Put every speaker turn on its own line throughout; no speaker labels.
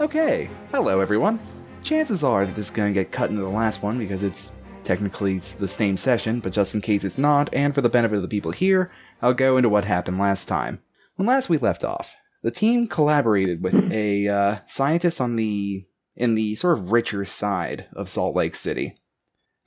Okay, hello everyone. Chances are that this is going to get cut into the last one because it's technically it's the same session, but just in case it's not, and for the benefit of the people here, I'll go into what happened last time. When last we left off, the team collaborated with a uh, scientist on the in the sort of richer side of Salt Lake City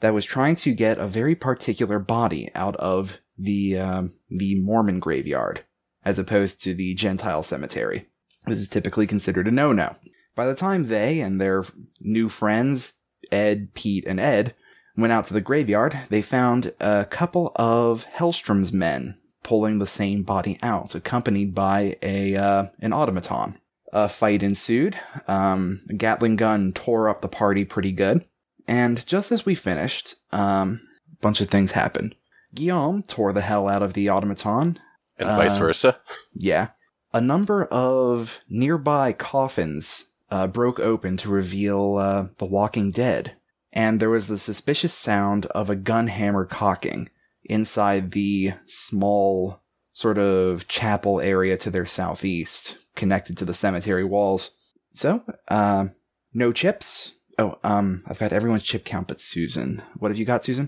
that was trying to get a very particular body out of the um, the Mormon graveyard as opposed to the Gentile cemetery. This is typically considered a no-no. By the time they and their new friends, Ed, Pete, and Ed, went out to the graveyard, they found a couple of Hellstrom's men pulling the same body out, accompanied by a uh, an automaton. A fight ensued. Um, a Gatling gun tore up the party pretty good. And just as we finished, um, a bunch of things happened. Guillaume tore the hell out of the automaton.
and vice
Uh,
versa.
Yeah. A number of nearby coffins uh, broke open to reveal uh, the Walking Dead, and there was the suspicious sound of a gun hammer cocking inside the small sort of chapel area to their southeast, connected to the cemetery walls. So, uh, no chips. Oh, um, I've got everyone's chip count but Susan. What have you got, Susan?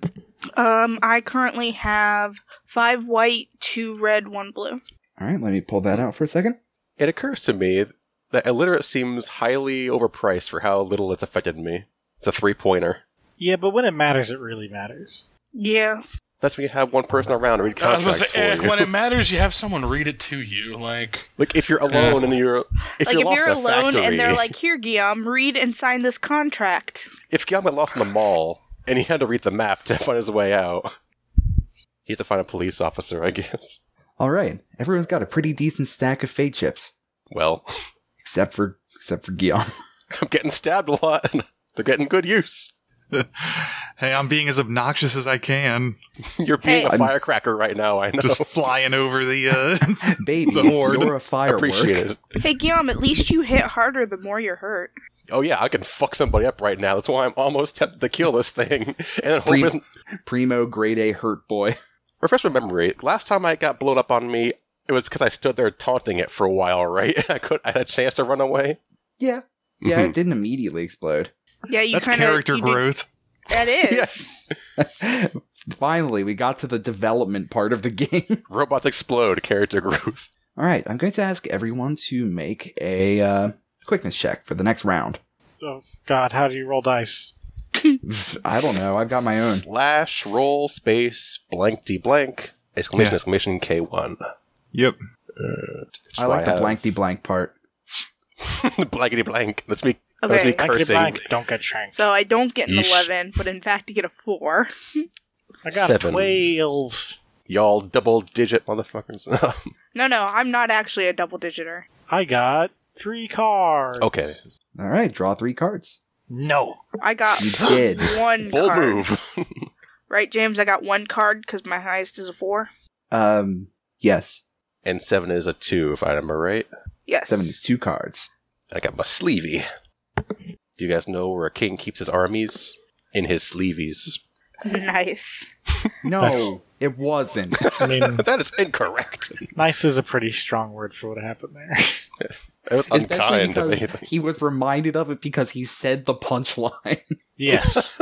Um, I currently have five white, two red, one blue.
All right, let me pull that out for a second.
It occurs to me that illiterate seems highly overpriced for how little it's affected me. It's a three pointer.
Yeah, but when it matters, it really matters.
Yeah.
That's when you have one person around to read
I
contracts
was gonna say,
for
eh,
you.
when it matters, you have someone read it to you. Like,
like if you're alone and you're if
like
you're
if
lost
you're
in a
alone
factory,
and they're like, "Here, Guillaume, read and sign this contract."
if Guillaume got lost in the mall and he had to read the map to find his way out, he had to find a police officer, I guess.
All right, everyone's got a pretty decent stack of fate chips.
Well,
except for except for Guillaume.
I'm getting stabbed a lot, and they're getting good use.
hey, I'm being as obnoxious as I can.
You're being
Hey.
a
I'm-
firecracker right now. I know.
Just flying over the. Uh,
Baby,
The horde.
you're a firework.
Appreciate it.
Hey, Guillaume, at least you hit harder the more you're hurt.
Oh yeah, I can fuck somebody up right now. That's why I'm almost tempted to kill this thing. And hope
Pre-
isn't-
Primo grade A hurt boy.
refresh my memory. Last time I got blown up on me, it was because I stood there taunting it for a while, right? I could I had a chance to run away.
Yeah. Yeah,
Mhm.
it didn't immediately explode.
Yeah, you
that's
kind of
character growth.
That is.
Finally, we got to the development part of the game.
Robots explode. Character growth.
All right, I'm going to ask everyone to make a uh, quickness check for the next round.
Oh God, how do you roll dice?
I don't know. I've got my own.
Slash roll space blank d blank exclamation
Yeah.
exclamation k one.
Yep.
I like the blankety blank part.
blank blankety blank. That's me. That's me
Okay.
Blankety
cursing.
blank, don't get shanked.
So I don't get an
Yeesh.
eleven, but in fact, I get a four.
I got
Seven.
a twelve.
Y'all double digit motherfuckers.
No, no, I'm not actually a double digiter.
I got three cards.
Okay.
All right, draw three cards.
No.
I got
You did.
one
Bold
card.
move.
Right, James? I got one card because my highest is a four.
Um, yes,
And seven is a two, if I remember right.
Yes.
seven is two cards.
I got my sleevey. Do you guys know where a king keeps his armies? In his sleeveys.
Nice.
No,
That's-
it wasn't.
I mean,
That is incorrect.
nice is a pretty strong word for what happened there.
It was
Especially
unkind.
because
of me.
he was reminded of it because he said the punchline.
yes.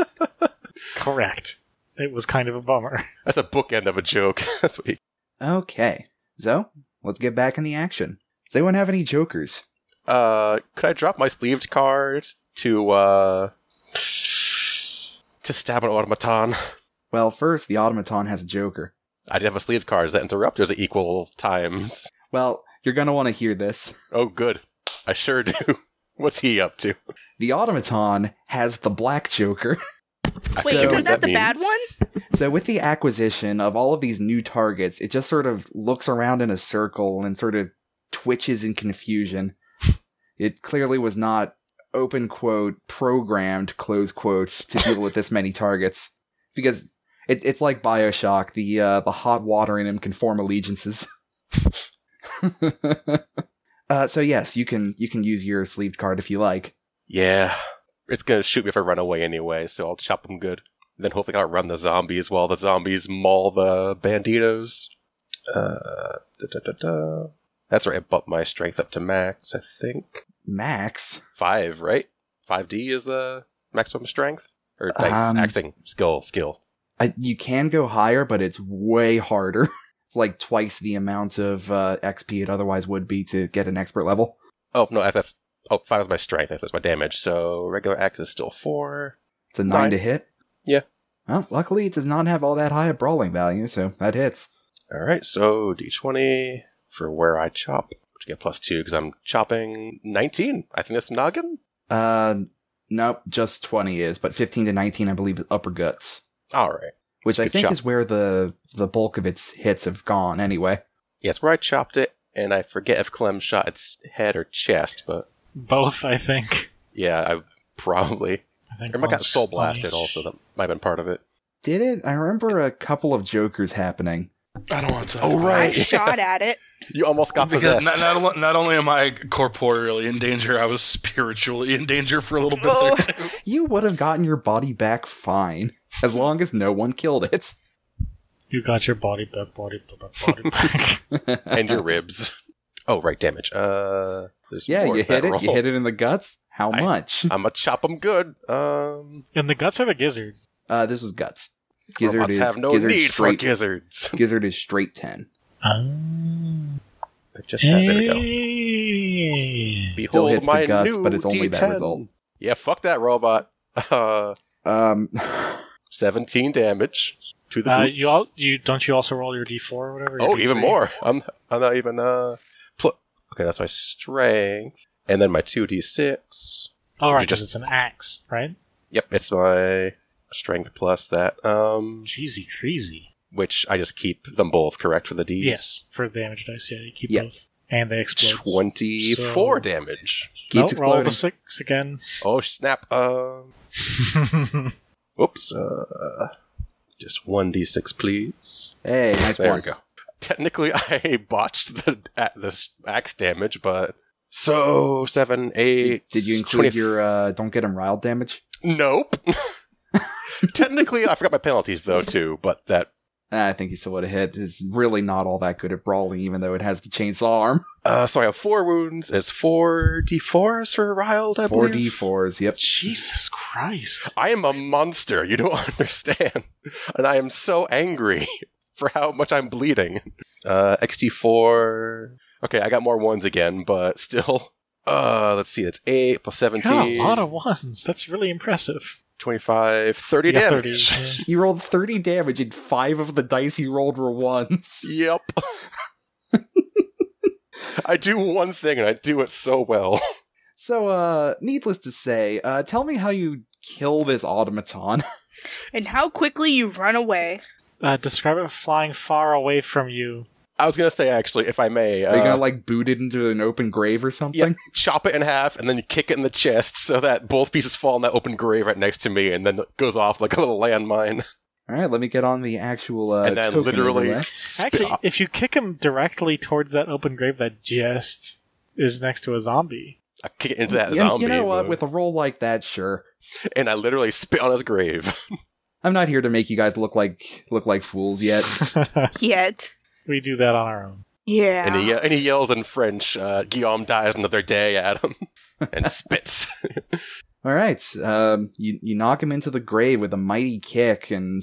Correct. It was kind of a bummer.
That's a bookend of a joke. That's what he-
okay, so let's get back in the action. Does anyone have any jokers?
uh, could I drop my sleeved card to uh, to stab an automaton?
Well, first, the automaton has a joker.
I did have a sleeved card. Is that interrupters at equal times?
Well, you're gonna want to hear this.
Oh, good. I sure do. What's he up to?
The automaton has the black joker.
I
Wait,
So-
think
isn't
what
that, the bad
means.
one?
so, with the acquisition of all of these new targets, it just sort of looks around in a circle and sort of twitches in confusion. It clearly was not open quote programmed close quote to deal with this many targets because it, it's like Bioshock. The uh, the hot water in him can form allegiances. uh, so yes, you can you can use your sleeved card if you like.
Yeah. It's gonna shoot me if I run away anyway, so I'll chop them good. Then hopefully I'll run the zombies while the zombies maul the banditos. Uh, da, da, da, da. That's right, I bumped my strength up to max, I think.
Max.
Five, right? Five D is the maximum strength or like
Um,
axing skill skill.
I, you can go higher, but it's way harder. it's like twice the amount of uh, XP it otherwise would be to get an expert level.
Oh no, that's- that's oh five is my strength. That's, that's my damage. So regular axe is still four.
It's a nine
Right.
to hit.
Yeah.
Well, luckily it does not have all that high a brawling value, so that hits.
All right, so D twenty for where I chop, which I get plus two because I'm chopping nineteen. I think that's noggin.
Uh, nope, just twenty is, but fifteen to nineteen, I believe, is upper guts,
All right.
which I
Good
think
shot.
is where the the bulk of its hits have gone anyway.
Yes, where I chopped it, and I forget if Clem shot its head or chest, but
Both, I think.
yeah, I probably.
I think
Or I got
one's
soul blasted
20.
also. That might have been part of it.
Did it? I remember a couple of jokers happening.
I don't want to.
Oh,
I
right.
shot at it.
You almost got
Because
possessed.
not, not, only- not only am I corporeally in danger, I was spiritually in danger for a little bit
Oh.
there too.
You would have gotten your body back fine, as long as no one killed it.
You got your body back, body back, body back.
and your ribs. Oh, right, damage. Uh, there's
Yeah,
more
you
to that
hit it. You
roll.
hit it in the guts. How
I-
much?
I'm gonna chop them good. Um,
and the guts are the gizzard.
Uh, this was guts. Gizzard
robots
is
have no
gizzard
need
straight.
for gizzards.
gizzard is straight ten.
Uh,
Um,
I Just had, there we go.
go.
Still
Behold
hits
my
the guts,
new
but it's only that
D10.
result.
Yeah, fuck that robot. Uh,
Um,
17 damage to the
Uh,
goots.
you all, you don't you also roll your d4 or whatever? your
Oh, even
D3?
more. I'm I'm not even uh. Pl- okay, that's my strength, and then my two d six.
All right,
You
because
just-
it's an axe, right?
Yep, it's my strength plus that. Um,
Jeezy, crazy.
which I just keep them both correct for the d's.
Yes, for damage dice. Yeah, you keep
Yeah.
both, and they explode.
Twenty four
So-
damage.
keeps
Nope, roll
exploding.
the six again.
Oh snap! Um, whoops. Uh, just one d six, please.
Hey, nice
There we
one.
go. Technically, I botched the at the axe damage, but so seven,
Did,
eight.
did you include
20
your uh, don't get him riled damage?
Nope. Technically, I forgot my penalties though too, but that.
Ah, I think he still would have hit. It's really not all that good at brawling, even though it has the chainsaw arm.
Uh, sorry, I have four wounds. It's four d4s for Riled. I
Four D
believe.
fours. Yep.
Jesus Christ!
I am a monster. You don't understand, and I am so angry for how much I'm bleeding. Uh, XT4. Okay, I got more ones again, but still. Uh, let's see. That's eight plus
Yeah, a
seventeen.
lot of ones. That's really impressive.
25, 30
Yeah,
damage.
30, yeah.
You rolled thirty damage, and five of the dice you rolled were ones.
Yep. I do one thing and I do it so well.
So, uh, needless to say, uh, tell me how you kill this automaton.
And how quickly you run away.
Uh, describe it flying far away from you.
I was gonna say actually, if I may,
Are you
uh,
gonna like boot it into an open grave or
yeah,
something?
chop it in half and then you kick it in the chest so that both pieces fall in that open grave right next to me, and then it goes off like a little landmine,
All right, let me get on the actual. Uh,
and then
token
literally
overlay.
spit
Actually,
up-
if you kick him directly towards that open grave that just is next to a zombie,
I kick it into that
you,
zombie,
you know what?
mode,
With a roll like that, sure.
and I literally spit on his grave.
I'm not here to make you guys look like look like fools yet.
Yet.
we do that on our own.
Yeah.
And he, ye- and he yells in French, uh, Guillaume dies another day at him and spits.
All right, um, you you knock him into the grave with a mighty kick and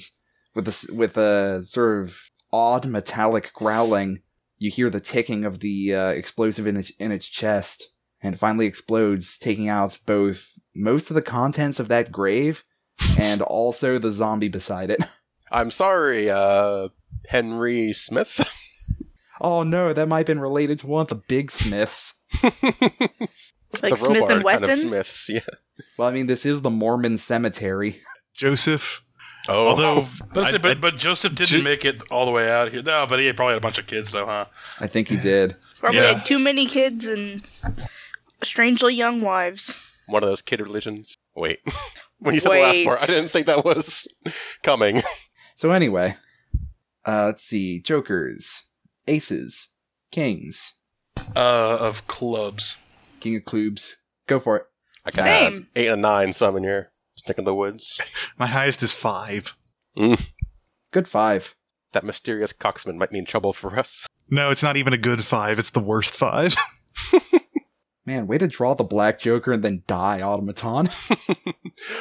with a s- with a sort of odd metallic growling. You hear the ticking of the uh, explosive in its in its chest, and it finally explodes, taking out both most of the contents of that grave and also the zombie beside it.
I'm sorry, uh, Henry Smith.
Oh no, that might have been related to one of the big Smiths.
like
the
Smith
robot
and Wesson.
kind of Smiths. Yeah.
Well, I mean, this is the Mormon cemetery.
Joseph.
Oh,
Although,
But,
I-
see,
I-
but, but Joseph didn't
Ju-
make it all the way out here. No, but he probably had a bunch of kids though, huh?
I think he did.
Probably
Yeah.
had too many kids and strangely young wives.
one of those kid religions. Wait, when you said the last
Wait.
part, I didn't think that was coming.
So anyway, uh, let's see: jokers, aces, kings,
Uh, of clubs.
king of clubs. Go for it.
I got
Same.
eight and a nine. Some in here, stick in the woods.
my highest is five.
Good five.
That mysterious coxman might mean trouble for us.
No, it's not even a good five. It's the worst five.
Man, way to draw the black Joker and then die, Automaton.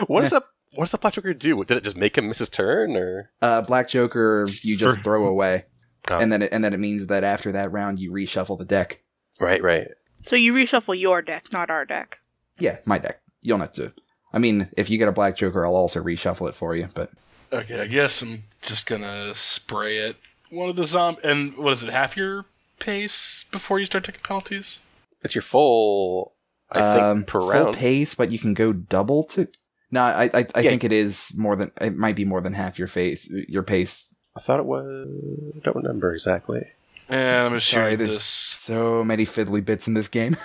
What does that? What does the Black Joker do? Did it just make him miss his turn, or
Uh, black Joker, you just
For-
throw away,
Oh.
and then it, and then it means that after that round, you reshuffle the deck.
right, right?
So you reshuffle your deck, not our deck.
Yeah, my deck. You'll have to. I mean, if you get a black Joker, I'll also reshuffle it for you. But
Okay, I guess I'm just gonna spray it. One of the zomb and what is it? Half your pace before you start taking penalties.
It's your full. I think
um,
per
full
round.
pace, but you can go double to. No, I I, I
Yeah.
think it is more than it might be more than half your face your pace.
I thought it was. I don't remember exactly.
And I'm gonna shoot
Sorry,
at
there's
this.
so many fiddly bits in this game.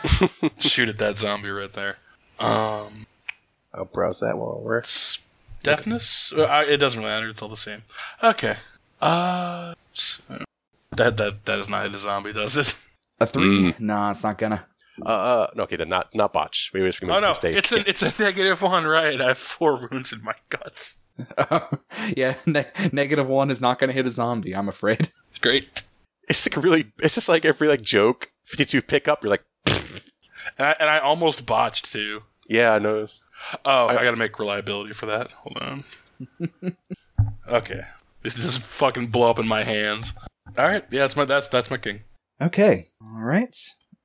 shoot at that zombie right there. Um,
I'll browse that while we're.
it's deafness. Uh, I, it doesn't really matter. It's all the same. Okay. Uh, so- that that that is not hit a zombie, does it?
A three?
Mm.
Nah, it's not gonna.
Uh, uh, no, okay, then not not botch. Maybe it's from
Oh
this
no,
mistake.
it's a it's a negative one, right? I have four wounds in my guts.
yeah, ne- negative one is not gonna hit a zombie. I'm afraid.
Great.
It's like really. It's just like every like joke. Fifty-two pickup. You're like,
And I, and I almost botched too.
yeah, no.
Oh, I, gotta make reliability for that. Hold on. okay, this just fucking blow up in my hands. All right, yeah, that's my that's that's my king.
Okay. All right.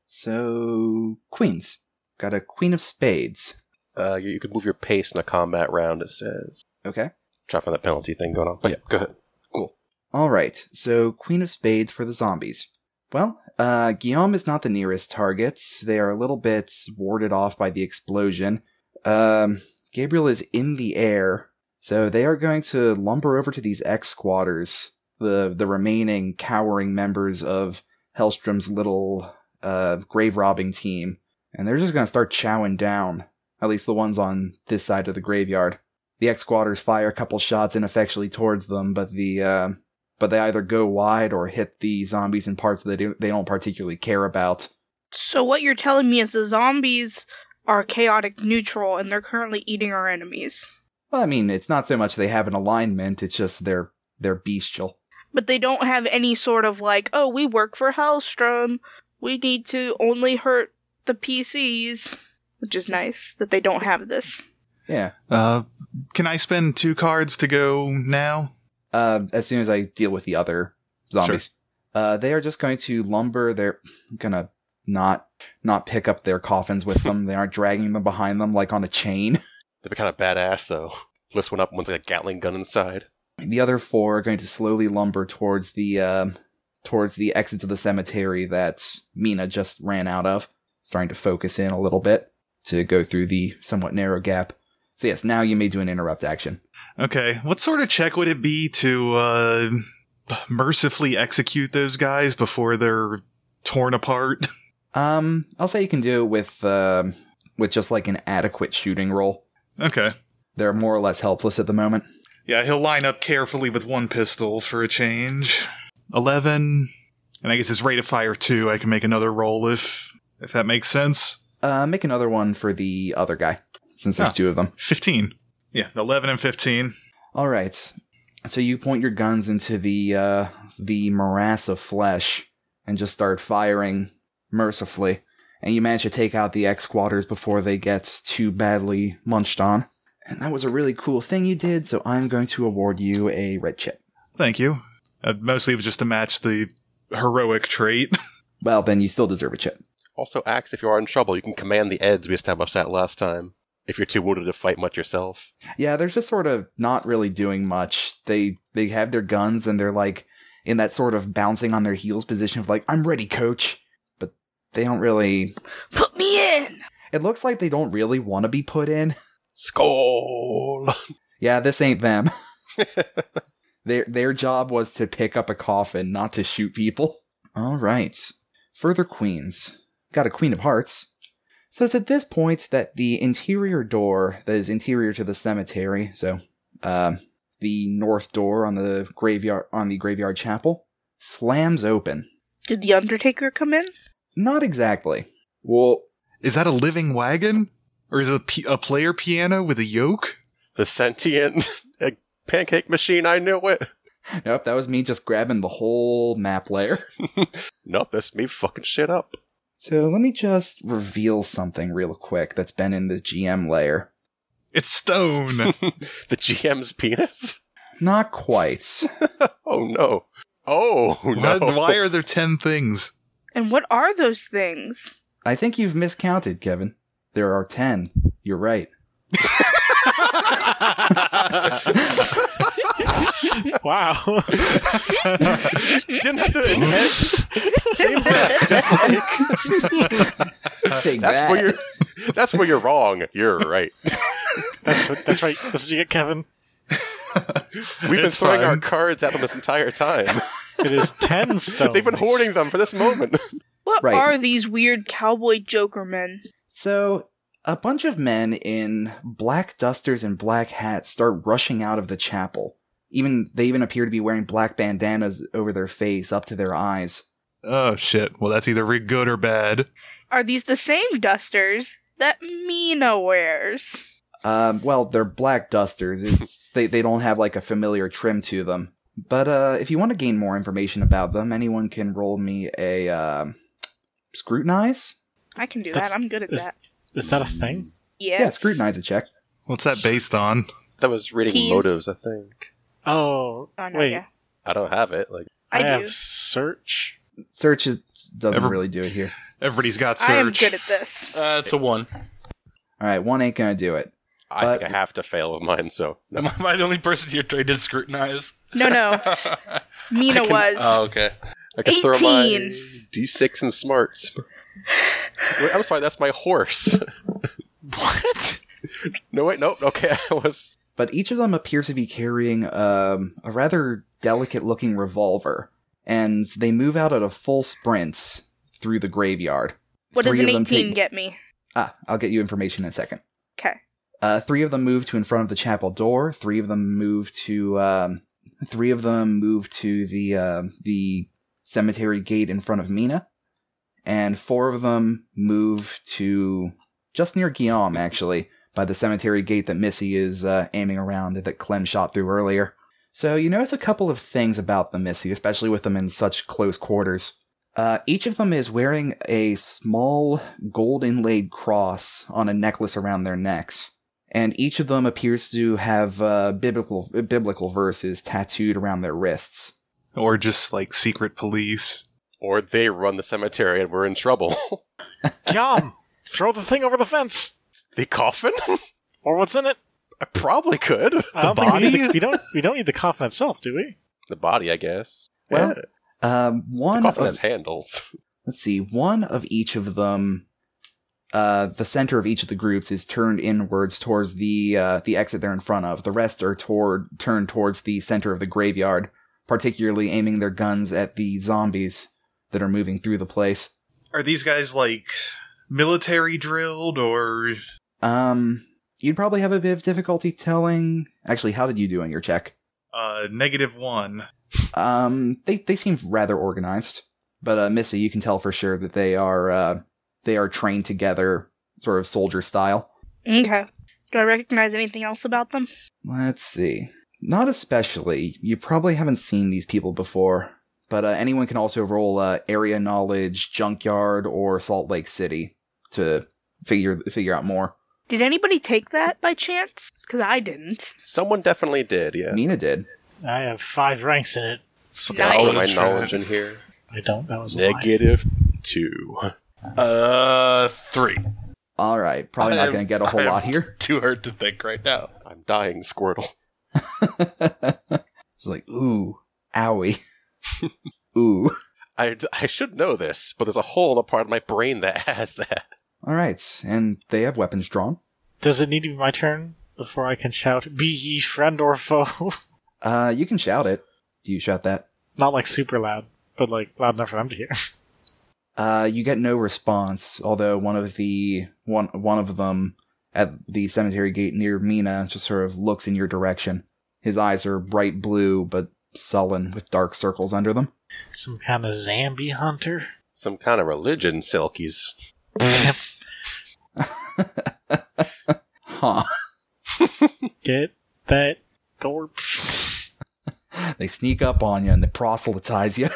So queens. Got a queen of spades.
Uh, you, you could move your pace in a combat round. It says.
Okay.
Try to find that penalty thing going on. But yeah, go ahead.
All right. So queen of spades for the zombies. Well, uh, Guillaume is not the nearest target. They are a little bit warded off by the explosion. Um, Gabriel is in the air, so they are going to lumber over to these X squatters, the the remaining cowering members of Hellstrom's little uh, grave robbing team, and they're just going to start chowing down. At least the ones on this side of the graveyard. The X squatters fire a couple shots ineffectually towards them, but the uh, but they either go wide or hit the zombies in parts that they don't, they don't particularly care about.
So what you're telling me is the zombies are chaotic neutral and they're currently eating our enemies.
Well, I mean, it's not so much they have an alignment; it's just they're they're bestial.
But they don't have any sort of like, oh, we work for Hellstrom. We need to only hurt the PCs. Which is nice that they don't have this.
Yeah.
Uh, can I spend two cards to go now?
Uh, as soon as I deal with the other zombies, uh, they are just going to lumber. They're gonna not not pick up their coffins with them. They aren't dragging them behind them like on a chain.
They'd be kind of badass though. Lifts one up. One's like a Gatling gun inside.
The other four are going to slowly lumber towards the um towards the exit to the cemetery that Mina just ran out of, starting to focus in a little bit to go through the somewhat narrow gap. So yes, now you may do an interrupt action.
Okay. What sort of check would it be to uh, mercifully execute those guys before they're torn apart?
Um, I'll say you can do it with um with just like an adequate shooting roll.
okay.
They're more or less helpless at the moment.
Yeah, he'll line up carefully with one pistol for a change. Eleven, and I guess it's rate of fire two. I can make another roll if if that makes sense.
Uh, make another one for the other guy since there's
Huh.
two of them.
Fifteen. Yeah, eleven and fifteen.
All right. So you point your guns into the uh, the morass of flesh and just start firing mercifully, and you manage to take out the X squatters before they get too badly munched on. And that was a really cool thing you did. So I'm going to award you a red chip.
Thank you. Uh, mostly it was just to match the heroic trait.
Well, then you still deserve a chip.
Also, axe if you are in trouble, you can command the eds we established that last time. If you're too wounded to fight much yourself.
Yeah, they're just sort of not really doing much. They they have their guns and they're like in that sort of bouncing on their heels position of like I'm ready, coach. But they don't really
Put me in!
It looks like they don't really want to be put in.
Skull!
Yeah, this ain't them. their their job was to pick up a coffin, not to shoot people. All right. Further queens. Got a queen of hearts. So it's at this point that the interior door that is interior to the cemetery, so um, the north door on the graveyard on the graveyard chapel slams open.
Did the Undertaker come in?
Not exactly. Well,
Is that a living wagon, or is it a, pi- a player piano with a yoke?
The sentient egg pancake machine, I knew it!
nope, that was me just grabbing the whole map layer.
Nope, that's me fucking shit up.
So let me just reveal something real quick that's been in the GM layer.
It's stone.
the GM's penis?
Not quite.
Oh no. Oh no.
Why- Why are there 10 things?
And what are those things?
I think you've miscounted, Kevin. There are 10. You're right.
Wow.
Didn't have to admit. Same breath. Just like,
Take
that's
that.
where you're that's where you're wrong. You're right.
that's, what, that's right. That's what you get, Kevin.
We've been
It's
throwing our
fine.
cards at them this entire time.
It is 10 stones.
They've been hoarding them for this moment.
What
Right.
are these weird cowboy joker men?
So, a bunch of men in black dusters and black hats start rushing out of the chapel. Even they even appear to be wearing black bandanas over their face up to their eyes.
Oh, shit. Well, that's either rigged good or bad.
Are these the same dusters that Mina wears?
Um, well, they're black dusters. It's they, they don't have like a familiar trim to them. But uh, if you want to gain more information about them, anyone can roll me a um scrutinize.
I can do
That's-
that. I'm good at
is-
that.
Is that a thing?
Yes.
Yeah, scrutinize a check.
What's that based on?
That was reading
Keys.
motives, I think.
Oh,
Oh, no,
wait.
yeah.
I don't have it. Like
I,
I,
do.
have search.
Search is, doesn't
Ever-
really do it here.
Everybody's got search.
I am good at this.
Uh, it's a one.
All right, one ain't gonna do it.
I
But-
think I have to fail with mine, so no.
Am I the only person here trained in scrutinize?
No, no. Mina
uh,
I can-
was.
Oh, okay.
I can throw my
18.
D6 and smarts. Wait, I'm sorry, that's my horse.
What?
No, wait, nope. Okay, I was.
but each of them appears to be carrying um, a rather delicate looking revolver, and they move out at a full sprint through the graveyard.
what does
Three
an
of them
18
take-
get me?
Ah, I'll get you information in a second.
Okay.
Uh, three of them move to in front of the chapel door. Three of them move to um, three of them move to the um the cemetery gate in front of Mina, and four of them move to just near Guillaume actually by the cemetery gate that Missy is uh, aiming around that Clem shot through earlier. So you notice a couple of things about them, Missy, especially with them in such close quarters. Uh, each of them is wearing a small gold inlaid cross on a necklace around their necks, and each of them appears to have uh, biblical biblical verses tattooed around their wrists.
Or just like secret police.
Or they run the cemetery and we're in trouble.
Yum! Throw the thing over the fence!
the coffin?
Or what's in it?
I probably could.
I don't Think we, need the, we don't. We don't need the coffin itself, do we?
The body, I guess.
Well,
Yeah,
Um,
the
one
coffin
of
has handles.
let's see, one of each of them, uh, the center of each of the groups is turned inwards towards the uh, the exit they're in front of. The rest are toward turned towards the center of the graveyard, particularly aiming their guns at the zombies that are moving through the place.
Are these guys like military drilled or.
Um, you'd probably have a bit of difficulty telling. Actually, how did you do on your check?
Uh, negative one.
Um, they they seem rather organized, but uh, Missy, you can tell for sure that they are uh, they are trained together, sort of soldier style.
Okay. Do I recognize anything else about them?
Let's see. Not especially. You probably haven't seen these people before, but uh, anyone can also roll uh, area knowledge, junkyard, or Salt Lake City to figure figure out more.
Did anybody take that by chance? Because I didn't.
Someone definitely did, yeah.
Mina did.
I have five ranks in it.
So
Got all of my
that's right.
knowledge in here.
I don't. That was a lie.
Negative two.
Uh, three.
All right, probably
I
not
am-
going to get a whole
I am
lot here.
Too hard to think right now.
I'm dying, Squirtle.
it's like ooh, owie, ooh.
I, I should know this, but there's a whole other part of my brain that has that.
All right, and they have weapons drawn.
Does it need to be my turn before I can shout, "Be ye friend or foe"?
Uh, you can shout it. Do you shout that?
Not like super loud, but like loud enough for them to hear.
Uh, you get no response. Although one of the one one of them at the cemetery gate near Mina just sort of looks in your direction. His eyes are bright blue but sullen, with dark circles under them.
Some kind of zombie hunter.
Some kind of religion, Silkies.
Huh?
Get that gorp.
They sneak up on you and they proselytize you.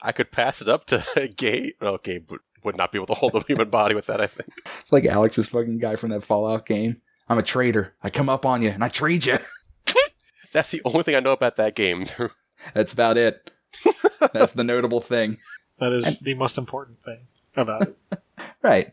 I could pass it up to Gay. Okay, but would not be able to hold a human body with that, I think.
It's like Alex, this fucking guy from that Fallout game. I'm a traitor. I come up on you and I trade you.
That's the only thing I know about that game.
That's about it. That's the notable thing.
That is the most important thing about it.
Right.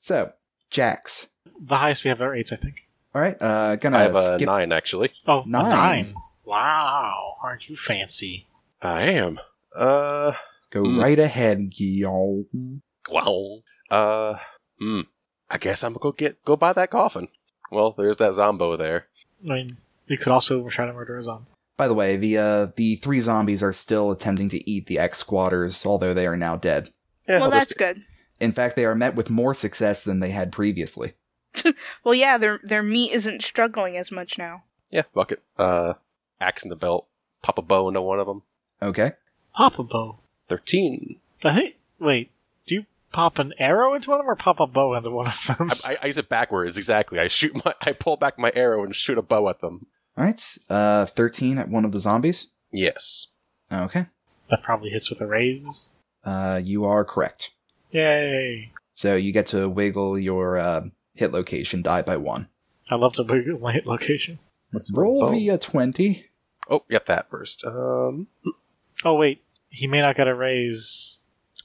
So, Jax.
The highest we have are eights, I think.
All right. Uh, gonna
I have a
skip.
nine, actually.
Oh, a
Nine.
nine. Wow, aren't you fancy?
I am. Uh,
Go
Mm.
right ahead, Guillaume.
wow. Uh, hmm. I guess I'm gonna go get go buy that coffin. Well, there's that zombo there.
I mean, you could also try to murder a zombie.
By the way, the uh, the three zombies are still attempting to eat the ex squatters, although they are now dead.
Yeah,
well,
I'll just-
that's good.
In fact, they are met with more success than they had previously.
Well, yeah, their their meat isn't struggling as much now.
yeah, fuck it. Uh, axe in the belt, pop a bow into one of them.
Okay.
Pop a bow.
Thirteen.
I think. Wait, do you pop an arrow into one of them or pop a bow into one of them?
I, I, I use it backwards. Exactly. I shoot my, I pull back my arrow and shoot a bow at them.
All right. Uh, thirteen at one of the zombies.
Yes.
Okay.
that probably hits with a raise.
Uh, you are correct.
Yay!
So you get to wiggle your uh, hit location die by one.
I love the wiggle my hit location.
Roll
roll.
via twenty.
Oh, yep, that first. Um.
Oh wait, he may not get a raise.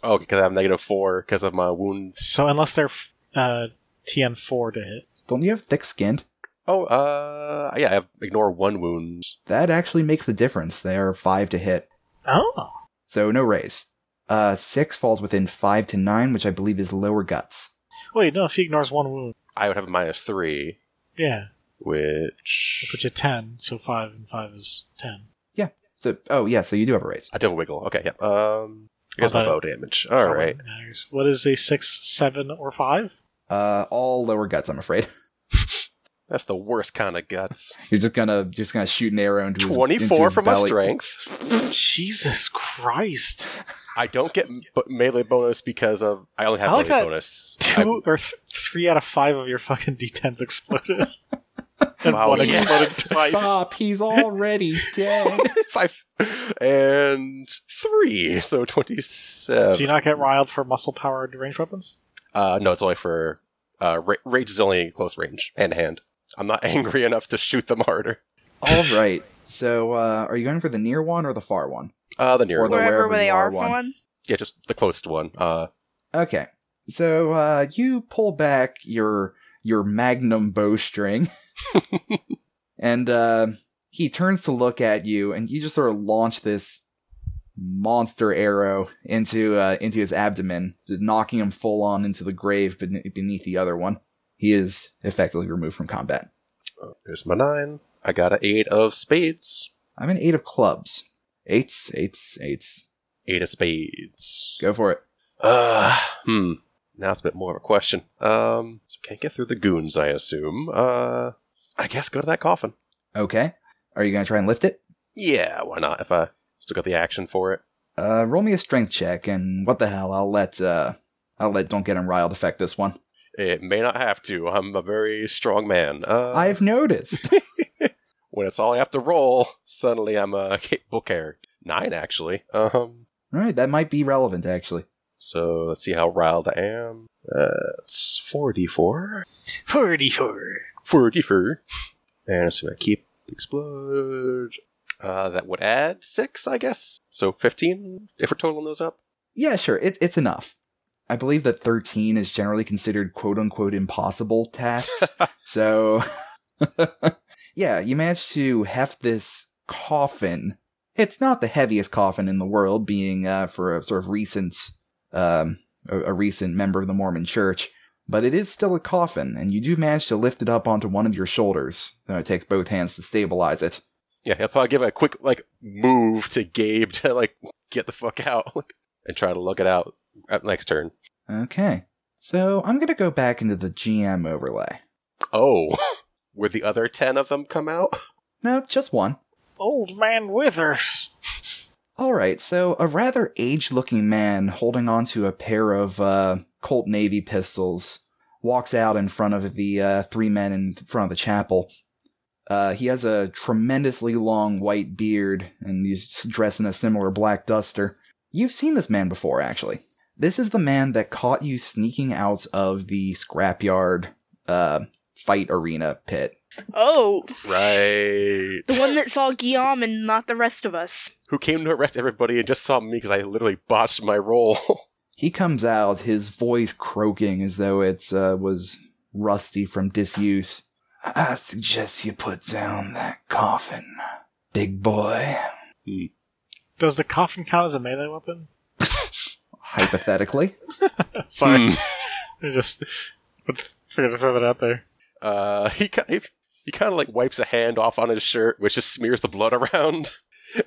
Oh, because I have negative four because of my wounds.
So unless they're f- uh, TN four to hit,
Don't you have thick skinned?
Oh, uh, yeah, I have ignore one wound.
That actually makes a difference. They are five to hit,
oh,
so no raise. Uh, six falls within five to nine, which I believe is lower guts.
wait, no, if he ignores one wound,
I would have a minus three,
yeah,
which
which is ten. So five and five is ten.
So oh yeah, so you do have a raise.
I do have a wiggle. Okay, yep. Um, here's
How
my bow
about
damage. All
Oh,
right.
nice. What is a six, seven, or five?
Uh, all lower guts, I'm afraid.
that's the worst kind of guts.
You're just gonna you're just gonna shoot an arrow into his into
Twenty-four
his
from my
belly.
strength.
Jesus Christ!
I don't get b- melee bonus because of I only have
I like
melee
that
bonus.
Two or th- three out of five of your fucking d10s exploded.
I, wow,
one
yeah.
exploded twice.
Stop! He's already dead.
five and three, so twenty-seven.
Do you not get riled for muscle powered ranged weapons?
Uh, no, it's only for uh, ra- rage is only close range and hand. I'm not angry enough to shoot them harder.
all right. So uh, are you going for the near one or the far one?
Uh, the near
Or
one.
the
Wherever
wherever
they
you
are,
are one.
one.
Yeah, just the closest one. Uh,
Okay. So uh, you pull back your your magnum bowstring, and uh, he turns to look at you, and you just sort of launch this monster arrow into uh, into his abdomen, just knocking him full on into the grave ben- beneath the other one. He is effectively removed from combat.
Oh, there's my nine. I got an eight of spades.
I'm an eight of clubs. Eights, eights, eights.
Eight of spades.
Go for it.
Uh, hmm. Now it's a bit more of a question. Um, so can't get through the goons, I assume. Uh, I guess go to that coffin.
Okay. Are you gonna try and lift it?
Yeah, why not? If I still got the action for it.
Uh, roll me a strength check, and what the hell? I'll let uh, I'll let don't get him riled affect this one.
It may not have to. I'm a very strong man. Uh,
I've noticed.
when it's all I have to roll, suddenly I'm a capable character. Nine, actually. Um,
All right, that might be relevant actually.
so let's see how riled I am. That's forty-four.
Forty four.
Forty-four. And so I keep explode. Uh, that would add six, I guess. So fifteen if we're totaling those up.
Yeah, sure. It's it's enough. I believe that thirteen is generally considered quote unquote impossible tasks. so, yeah, you managed to heft this coffin. It's not the heaviest coffin in the world, being uh, for a sort of recent, um, a, a recent member of the Mormon Church. But it is still a coffin, and you do manage to lift it up onto one of your shoulders. Though it takes both hands to stabilize it.
Yeah, he'll probably give a quick like move to Gabe to like get the fuck out and try to look it out at next turn.
Okay, so I'm gonna go back into the GM overlay.
Oh, would the other ten of them come out?
No, just one.
Old man Withers.
All right, so a rather aged looking man holding onto a pair of uh, Colt Navy pistols walks out in front of the uh, three men in front of the chapel. Uh, he has a tremendously long white beard and he's dressed in a similar black duster. You've seen this man before, actually. This is the man that caught you sneaking out of the scrapyard uh, fight arena pit.
Oh,
Right.
the one that saw Guillaume and not the rest of us.
Who came to arrest everybody and just saw me because I literally botched my role.
He comes out, his voice croaking as though it's uh, was rusty from disuse. I suggest you put down that coffin, big boy.
Does the coffin count as a melee weapon?
Hypothetically,
Sorry,
Hmm.
I just figured to throw that out there.
Uh, he ki- he, he kind of like wipes a hand off on his shirt, which just smears the blood around,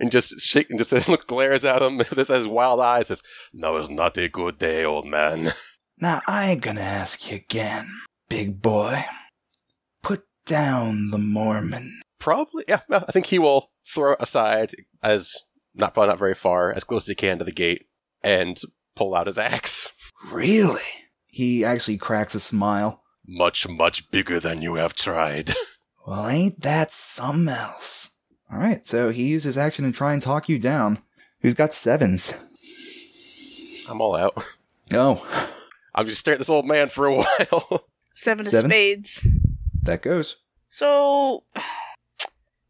and just shake and just says, look, glares at him with his wild eyes. Says, "Now is not a good day, old man."
now I ain't gonna ask you again, big boy. Put down the Mormon.
Probably, yeah. well, I think he will throw it aside as not probably not very far, as close as he can to the gate, and pull out his axe.
Really? He actually cracks a smile.
Much, much bigger than you have tried.
Well, ain't that something else? All right, so he uses action to try and talk you down. Who's got sevens?
I'm all out.
Oh,
I'm just staring at this old man for a while.
Seven of
Seven?
spades.
that goes.
So,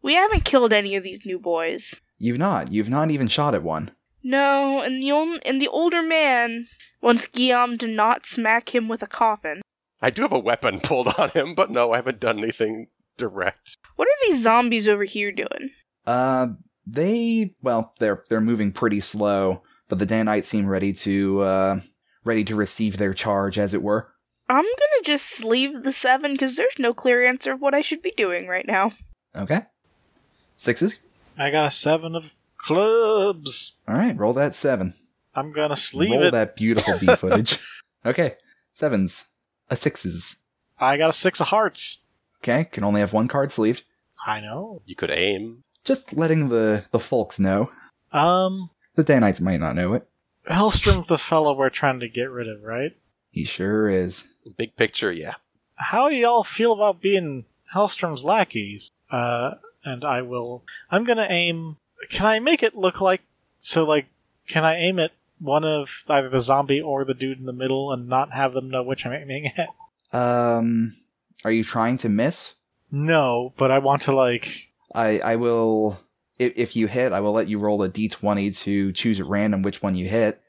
we haven't killed any of these new boys.
You've not. You've not even shot at one.
No, and the old, and the older man wants Guillaume to not smack him with a coffin.
I do have a weapon pulled on him, but no, I haven't done anything direct.
What are these zombies over here doing?
Uh, they well, they're they're moving pretty slow, but the Danites seem ready to uh ready to receive their charge, as it were.
I'm gonna just sleeve the seven because there's no clear answer of what I should be doing right now.
Okay, sixes.
I got a seven of clubs.
All right, roll that seven.
I'm gonna sleeve
roll
it.
that beautiful B footage. Okay, sevens, a sixes.
I got a six of hearts.
Okay, can only have one card sleeved.
I know.
You could aim.
Just letting the the folks know.
Um,
The Danites might not know it.
Hellstrom's the fellow we're trying to get rid of, right?
He sure is.
Big picture, yeah.
How do y'all feel about being Hellstrom's lackeys? Uh, and I will. I'm gonna aim. Can I make it look like so? Like, can I aim at one of either the zombie or the dude in the middle and not have them know which I'm aiming at?
Um, are you trying to miss?
No, but I want to like.
I I will if, if you hit, I will let you roll a d20 to choose at random which one you hit.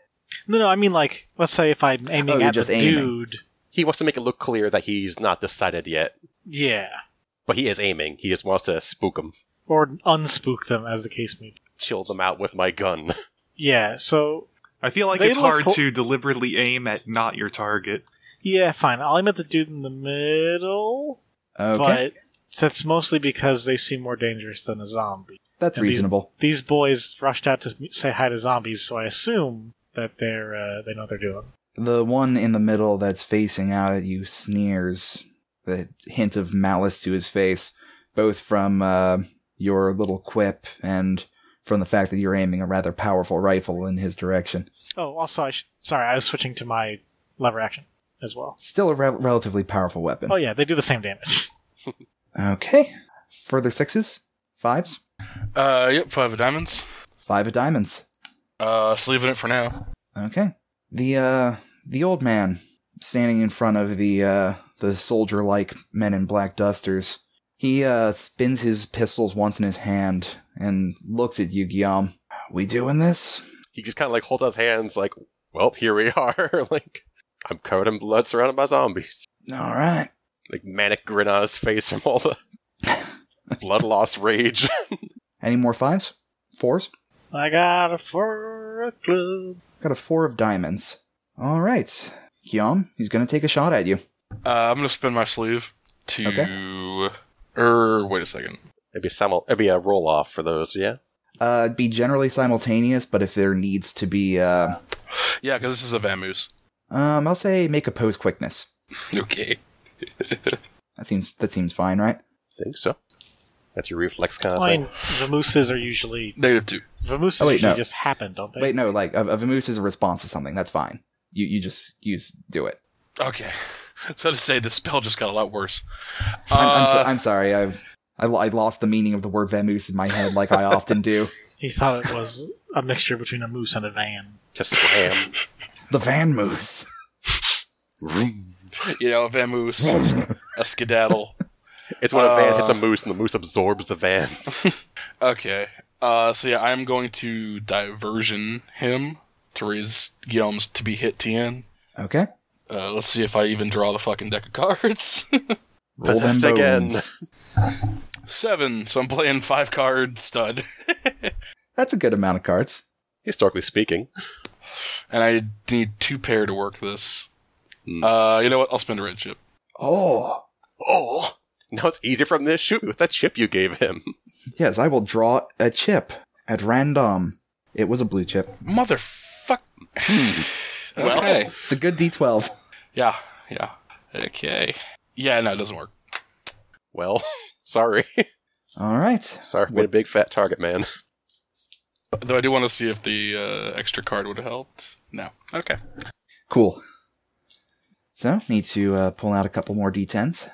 No, no. I mean like. Let's say if I'm aiming
Oh, you're
at
just
the
aiming.
dude.
He wants to make it look clear that he's not decided yet,
Yeah.
but he is aiming. He just wants to spook him,
Or unspook them, as the case may be.
chill them out with my gun.
Yeah, so.
I feel like
They
it's
look
hard
cl-
to deliberately aim at not your target.
Yeah, fine. I'll aim at the dude in the middle.
Okay,
But that's mostly because they seem more dangerous than a zombie.
that's
and these-
reasonable.
These boys rushed out to say hi to zombies, so I assume that they're uh, they know what they're doing.
The one in the middle that's facing out at you sneers, the hint of malice to his face, both from uh, your little quip and from the fact that you're aiming a rather powerful rifle in his direction.
Oh, also, I sh- sorry, I was switching to my lever action as well.
Still a rel relatively powerful weapon.
Oh yeah, they do the same damage.
Okay. Further sixes, fives,
Uh, yep, five of diamonds.
five of diamonds.
Uh, sleeving it for now.
Okay. The uh the old man standing in front of the uh the soldier like men in black dusters. He uh spins his pistols once in his hand and looks at you, Guillaume. We doing this?
He just kind of like holds out his hands, like, "Well, here we are." like, I'm covered in blood, surrounded by zombies.
Alright.
Like manic grin on his face from all the blood loss rage.
Any more fives? Fours?
I got a fur a club.
Got a four of diamonds. Alright. Guillaume, he's gonna take a shot at you.
Uh, I'm gonna spin my sleeve to. Er, wait a second.
it'd be simul- It'd be a roll off for those, yeah.
Uh it'd be generally simultaneous, but if there needs to be uh
Yeah, because this is a vamoose.
um I'll say make a pose quickness.
Okay.
That seems that seems fine, right?
think so. That's your reflex kind of
I mean,
thing.
vamooses are usually
Negative two.
vamooses
Oh, wait,
usually
no.
just happen, don't they?
Wait, no, like a, a vamoose is a response to something. That's fine. You you just use do it.
Okay. So to say, the spell just got a lot worse.
I'm, I'm, so,
Uh,
I'm sorry. I've I, lo- I lost the meaning of the word vamoose in my head, like I often do.
He thought it was a mixture between a moose and a van.
Just slam.
The Van Moose.
Vroom.
Uh, You know, Van Moose, a skedaddle.
It's when a van
Uh.
hits a moose and the moose absorbs the van.
Okay. Uh, so yeah, I'm going to diversion him to raise Guillaume's to be hit TN.
Okay.
Uh, let's see if I even draw the fucking deck of cards.
Roll them
Possessed again.
bones.
Seven. So I'm playing five card stud,
That's a good amount of cards.
Historically speaking,
and I need two pair to work this.
Hmm.
Uh, you know what? I'll spend a red chip.
Oh.
oh, now it's easier from this. Shoot me with that chip you gave him.
Yes, I will draw a chip at random. It was a blue chip.
Motherfuck.
Hmm. Well.
okay.
It's a good D12.
Yeah. Yeah. Okay. Yeah. No, it doesn't work.
Well, sorry,
All right.
sorry, for being a big fat target man.
Though I do want to see if the uh, extra card would have helped. No. Okay.
Cool. So, need to uh, pull out a couple more d10s.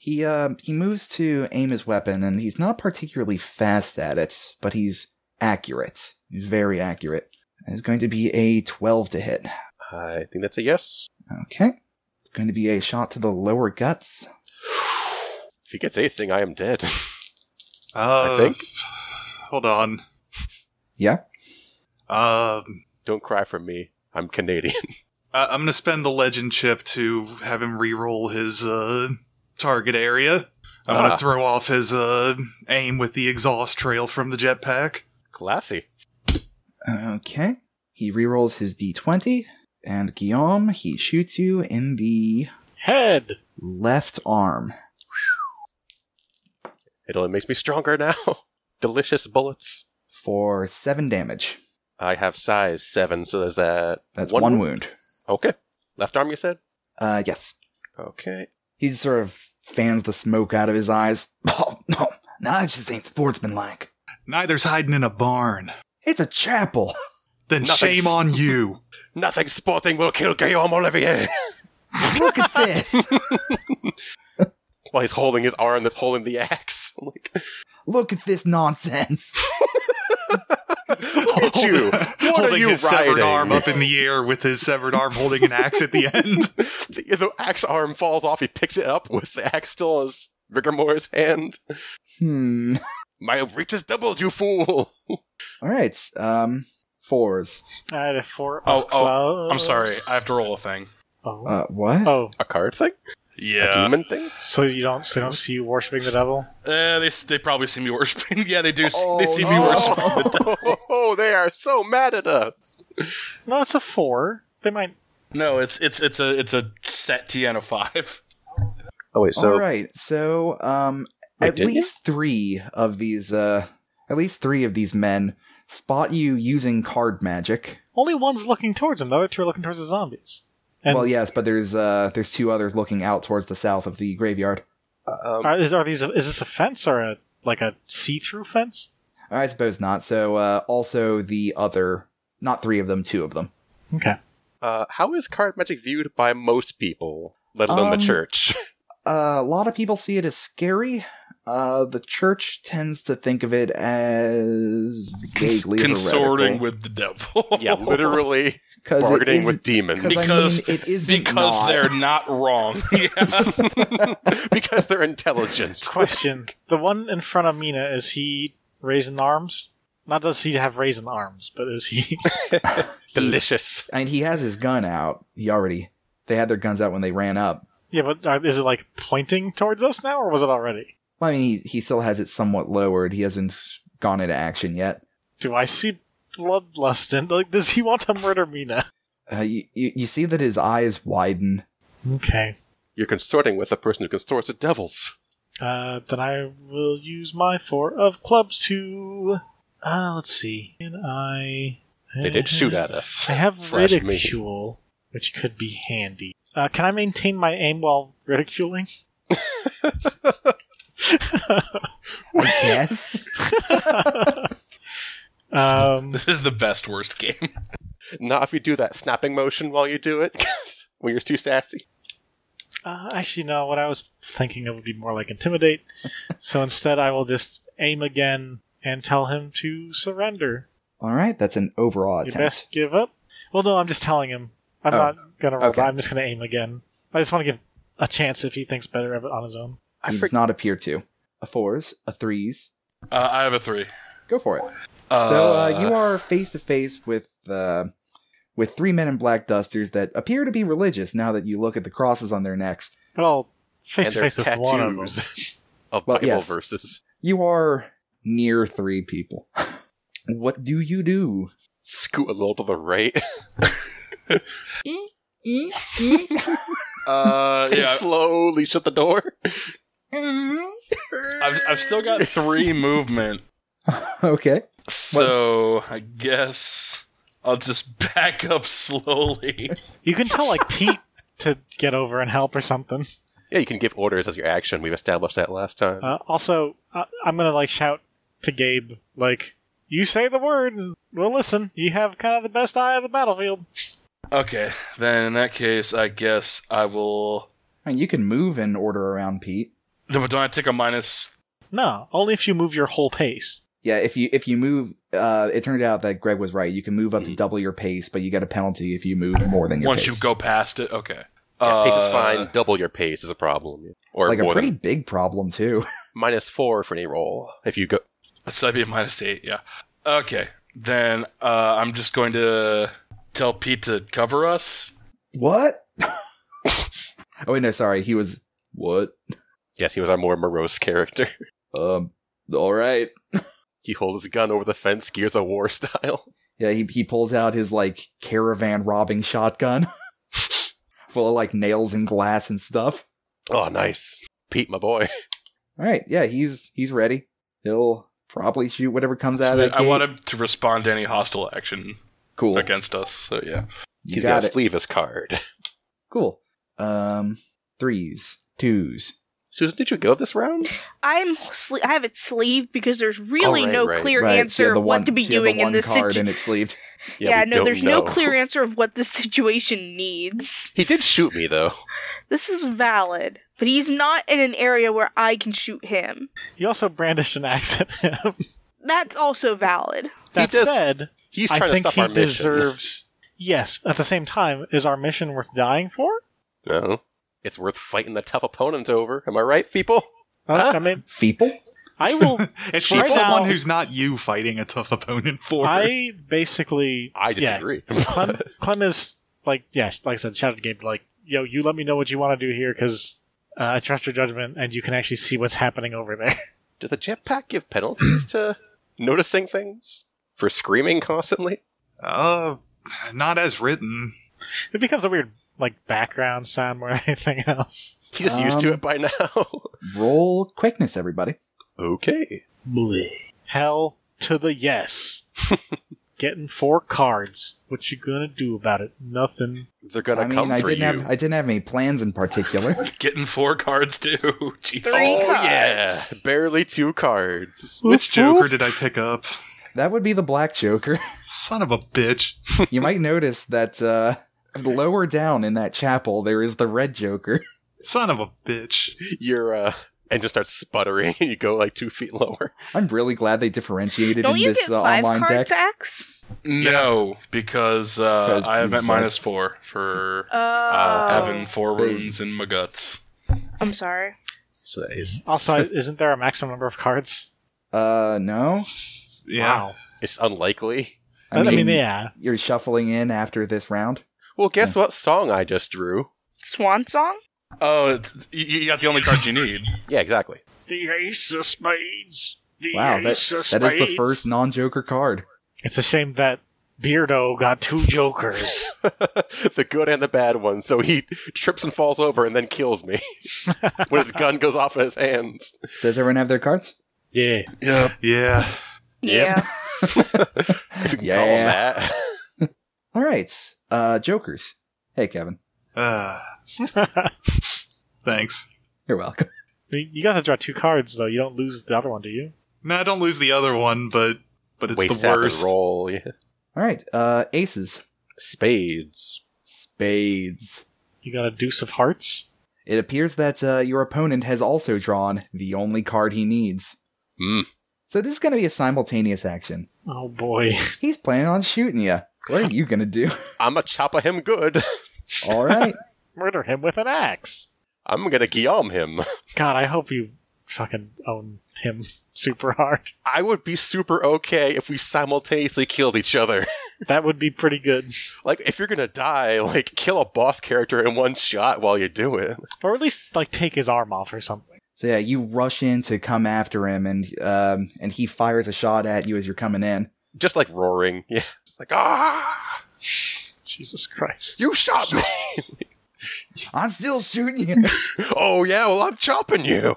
He uh, he moves to aim his weapon, and he's not particularly fast at it, but he's accurate. He's very accurate. It's going to be a 12 to hit.
I think that's a yes.
Okay. It's going to be a shot to the lower guts.
If he gets anything, I am dead.
Uh,
I think.
Hold on.
Yeah.
Um,
Don't cry for me. I'm Canadian.
I- I'm gonna spend the legend chip to have him re-roll his uh, target area. I'm
Ah.
gonna throw off his uh, aim with the exhaust trail from the jetpack.
Classy.
Okay. He rerolls his d20, and Guillaume, he shoots you in the
Head.
left arm.
It only makes me stronger now. Delicious bullets.
for seven damage.
I have size seven, so there's that.
That's one,
wound.
wound.
Okay. Left arm, you said?
Uh, yes.
Okay.
He just sort of fans the smoke out of his eyes. Oh, no. Now that just ain't sportsmanlike.
Neither's hiding in a barn.
It's a chapel.
Then
Nothing's-
shame on you.
Nothing sporting will kill Guillaume Olivier.
Look at this.
While he's holding his arm that's holding the axe. I'm like,
Look at this nonsense.
look at you. What
holding
are you
his
riding?
severed arm up in the air with his severed arm holding an axe at the end.
the, the axe arm falls off. He picks it up with the axe still in his Rigamore's hand.
Hmm.
My reach is doubled, you fool.
All right. Um, fours.
I had a four.
Oh,
up
oh, I'm
close.
sorry. I have to roll a thing.
Oh.
Uh, what?
oh,
A card thing? A
Yeah.
demon thing?
so you don't? So they don't see you worshiping the devil?
Uh, they s- they probably see me worshiping. yeah, they do. s
Oh,
they see me
no.
worshiping.
oh, they are so mad at us.
No, it's a four. They might.
No, it's it's it's a it's a set TN of five.
Oh, wait,
All right. So, um,
Wait,
at
did you?
least three of these, uh, at least three of these men spot you using card magic.
Only one's looking towards him. The other two are looking towards the zombies. And
well, yes, but there's uh, there's two others looking out towards the south of the graveyard.
um,
are, is, are these? Is this a fence or a like a see-through fence?
I suppose not. So, uh, also the other, not three of them, two of them.
Okay.
Uh, how is card magic viewed by most people, let alone
Um,
the church?
Uh, a lot of people see it as scary. Uh, the church tends to think of it as
Cons-
vaguely
consorting with the devil.
yeah, literally
because
bargaining with demons
Because
Because-
I mean, it is
because
not.
they're not wrong. yeah.
because they're intelligent.
Question: The one in front of Mina is he raising arms? Not does he have raising arms, but is he?
Delicious.
I mean, he has his gun out. He already. They had their guns out when they ran up.
yeah, but uh, is it like pointing towards us now, or was it already?
Well, I mean, he he still has it somewhat lowered. He hasn't gone into action yet.
Do I see bloodlust? And like, does he want to murder Mina?
Uh, you, you you see that his eyes widen.
Okay.
You're consorting with a person who consorts with devils.
Uh, then I will use my four of clubs to. Uh, let's see. And I.
They did shoot at us.
I have
Slash me.
ridicule, which could be handy. Uh, can I maintain my aim while ridiculing?
I guess.
Um,
this is the best worst game.
Not if you do that snapping motion while you do it, 'cause when you're too sassy.
uh, actually, no. What I was thinking of would be more like intimidate. so instead, I will just aim again and tell him to surrender.
All right, that's an overall
You
attempt.
best give up. Well, no, I'm just telling him. I'm
Oh,
not gonna roll.
okay.
I'm just gonna aim again. I just want to give a chance if he thinks better of it on his own.
he does not appear to. A fours, a threes.
Uh, I have a three.
Go for it.
Uh,
so uh, you are face to face with uh, with three men in black dusters that appear to be religious. Now that you look at the crosses on their necks,
Well, face
and
to
their
face with one of them.
tattoos of
Well,
Bible
yes.
verses.
you are near three people. what do you do?
Scoot a little to the right.
Uh,
and
yeah,
slowly shut the door.
I've, I've still got three movement,
okay.
so I guess I'll just back up slowly.
You can tell like Pete to get over and help or something.
Yeah, you can give orders as your action. We've established that last time.
Uh, also, uh, I'm gonna like shout to Gabe like, "You say the word, and we'll listen. You have kind of the best eye of the battlefield."
Okay, then in that case, I guess I will.
I mean, you can move in order around Pete.
No, but Don't I take a minus?
No, only if you move your whole pace.
Yeah, if you if you move, uh, it turned out that Greg was right. You can move up to double your pace, but you get a penalty if you move more than your
Mm. Once
pace.
you go past it, okay.
yeah, pace is
Uh,
fine. Double your pace is a problem, or
like a
more than-
pretty big problem too.
minus four for any roll. If you go,
So that'd be a minus eight, yeah. Okay, then uh, I'm just going to tell Pete to cover us.
What? oh wait, no, sorry. He was what?
yes, he was our more morose character.
Um, all right.
He holds his gun over the fence, Gears of War style.
Yeah, he he pulls out his like caravan robbing shotgun, full of like nails and glass and stuff.
Oh, nice, Pete, my boy.
All right, yeah, he's he's ready. He'll probably shoot whatever comes out
So
of that.
I
gate.
want him to respond to any hostile action
cool.
against us. So yeah,
You
He's
got
to
it.
sleeve his card.
Cool. Um, threes, twos.
Susan, did you go this round?
I'm sle- I have it sleeved because there's really
Oh, right,
no
right,
clear
Right, she had
answer
the
of
one-
what to be
she had
doing
the one
in this
card
situation.
and it's sleeved.
Yeah,
we
no,
don't
there's no
know.
clear answer of what this situation needs.
He did shoot me though.
This is valid, but he's not in an area where I can shoot him.
You also brandished an axe at him.
That's also valid.
that
does-
said,
He's
I
trying to
think
stop
he
our mission.
deserves. Yes. At the same time, is our mission worth dying for?
No, it's worth fighting the tough opponents over. Am I right, people?
Uh,
Ah.
I- I mean,
Feeple.
I will.
It's
Right
for someone
now-
who's not you fighting a tough opponent for.
I basically.
I
yeah.
disagree.
Clem, Clem is like, yeah, like I said, shouted to Gabe, like, yo, you let me know what you want to do here because uh, I trust your judgment, and you can actually see what's happening over there.
Does the jetpack give penalties to noticing things for screaming constantly?
Uh, not as written.
It becomes a weird like background sound more than anything else.
He's just used
Um,
to it by now.
Roll quickness, everybody.
okay.
Hell to the yes. Getting four cards. What you gonna do about it? Nothing.
They're gonna
I mean,
come
I
for
didn't
you.
have I didn't have any plans in particular.
getting four cards too. Jesus.
Three
oh
cards.
yeah, barely two cards.
Which
Whoop, whoop.
Joker did I pick up?
that would be the Black Joker.
Son of a bitch.
you might notice that uh, lower down in that chapel there is the red joker
Son of a bitch.
Your uh, engine starts sputtering, and you go like two feet lower.
i'm really glad they differentiated
Don't
in
you
this
get
uh,
five
online deck
cards, Axe?
No, because uh,
Because
I have
he's
at minus four for
Uh,
Oh,
having four
Please.
wounds in my guts.
I'm sorry.
So that is
Also, isn't there a maximum number of cards?
uh no
Yeah.
Wow.
it's unlikely.
I mean, yeah.
you're shuffling in after this round
Well, guess what song I just drew?
Swan song?
Oh, it's, you, you got the only card you need.
Yeah, exactly.
The Ace of Spades. The
wow that, that is the first non-joker card
It's a shame that Beardo got two Jokers.
the good and the bad one. So he trips and falls over, and then kills me when his gun goes off in his hands.
does everyone have their cards
yeah.
Yep.
Yeah.
Yep.
Yeah.
If you can call him
yeah
that.
all right uh jokers hey kevin
Uh, thanks.
you're welcome
You you got to draw two cards though. You don't lose the other one, do you?
No, I don't lose the other one, but but it's
Waste
the
half his
worst.
Roll. yeah.
all right uh aces
Spades.
spades
You got a Deuce of Hearts.
it appears that uh, your opponent has also drawn the only card he needs
Mm.
So this is going to be a simultaneous action.
Oh boy.
He's planning on shooting you. What are you gonna do?
I'm a chop of him good.
All right.
Murder him with an axe.
I'm gonna Guillaume him.
God, I hope you fucking own him super hard.
I would be super okay if we simultaneously killed each other.
That would be pretty good.
Like, if you're gonna die, like, kill a boss character in one shot while you do it.
Or at least like take his arm off or something.
So yeah, you rush in to come after him, and um, and he fires a shot at you as you're coming in.
Just like roaring. Yeah. Just like, ah!
Jesus Christ.
You shot me!
I'm still shooting you.
oh, yeah, well, I'm chopping you.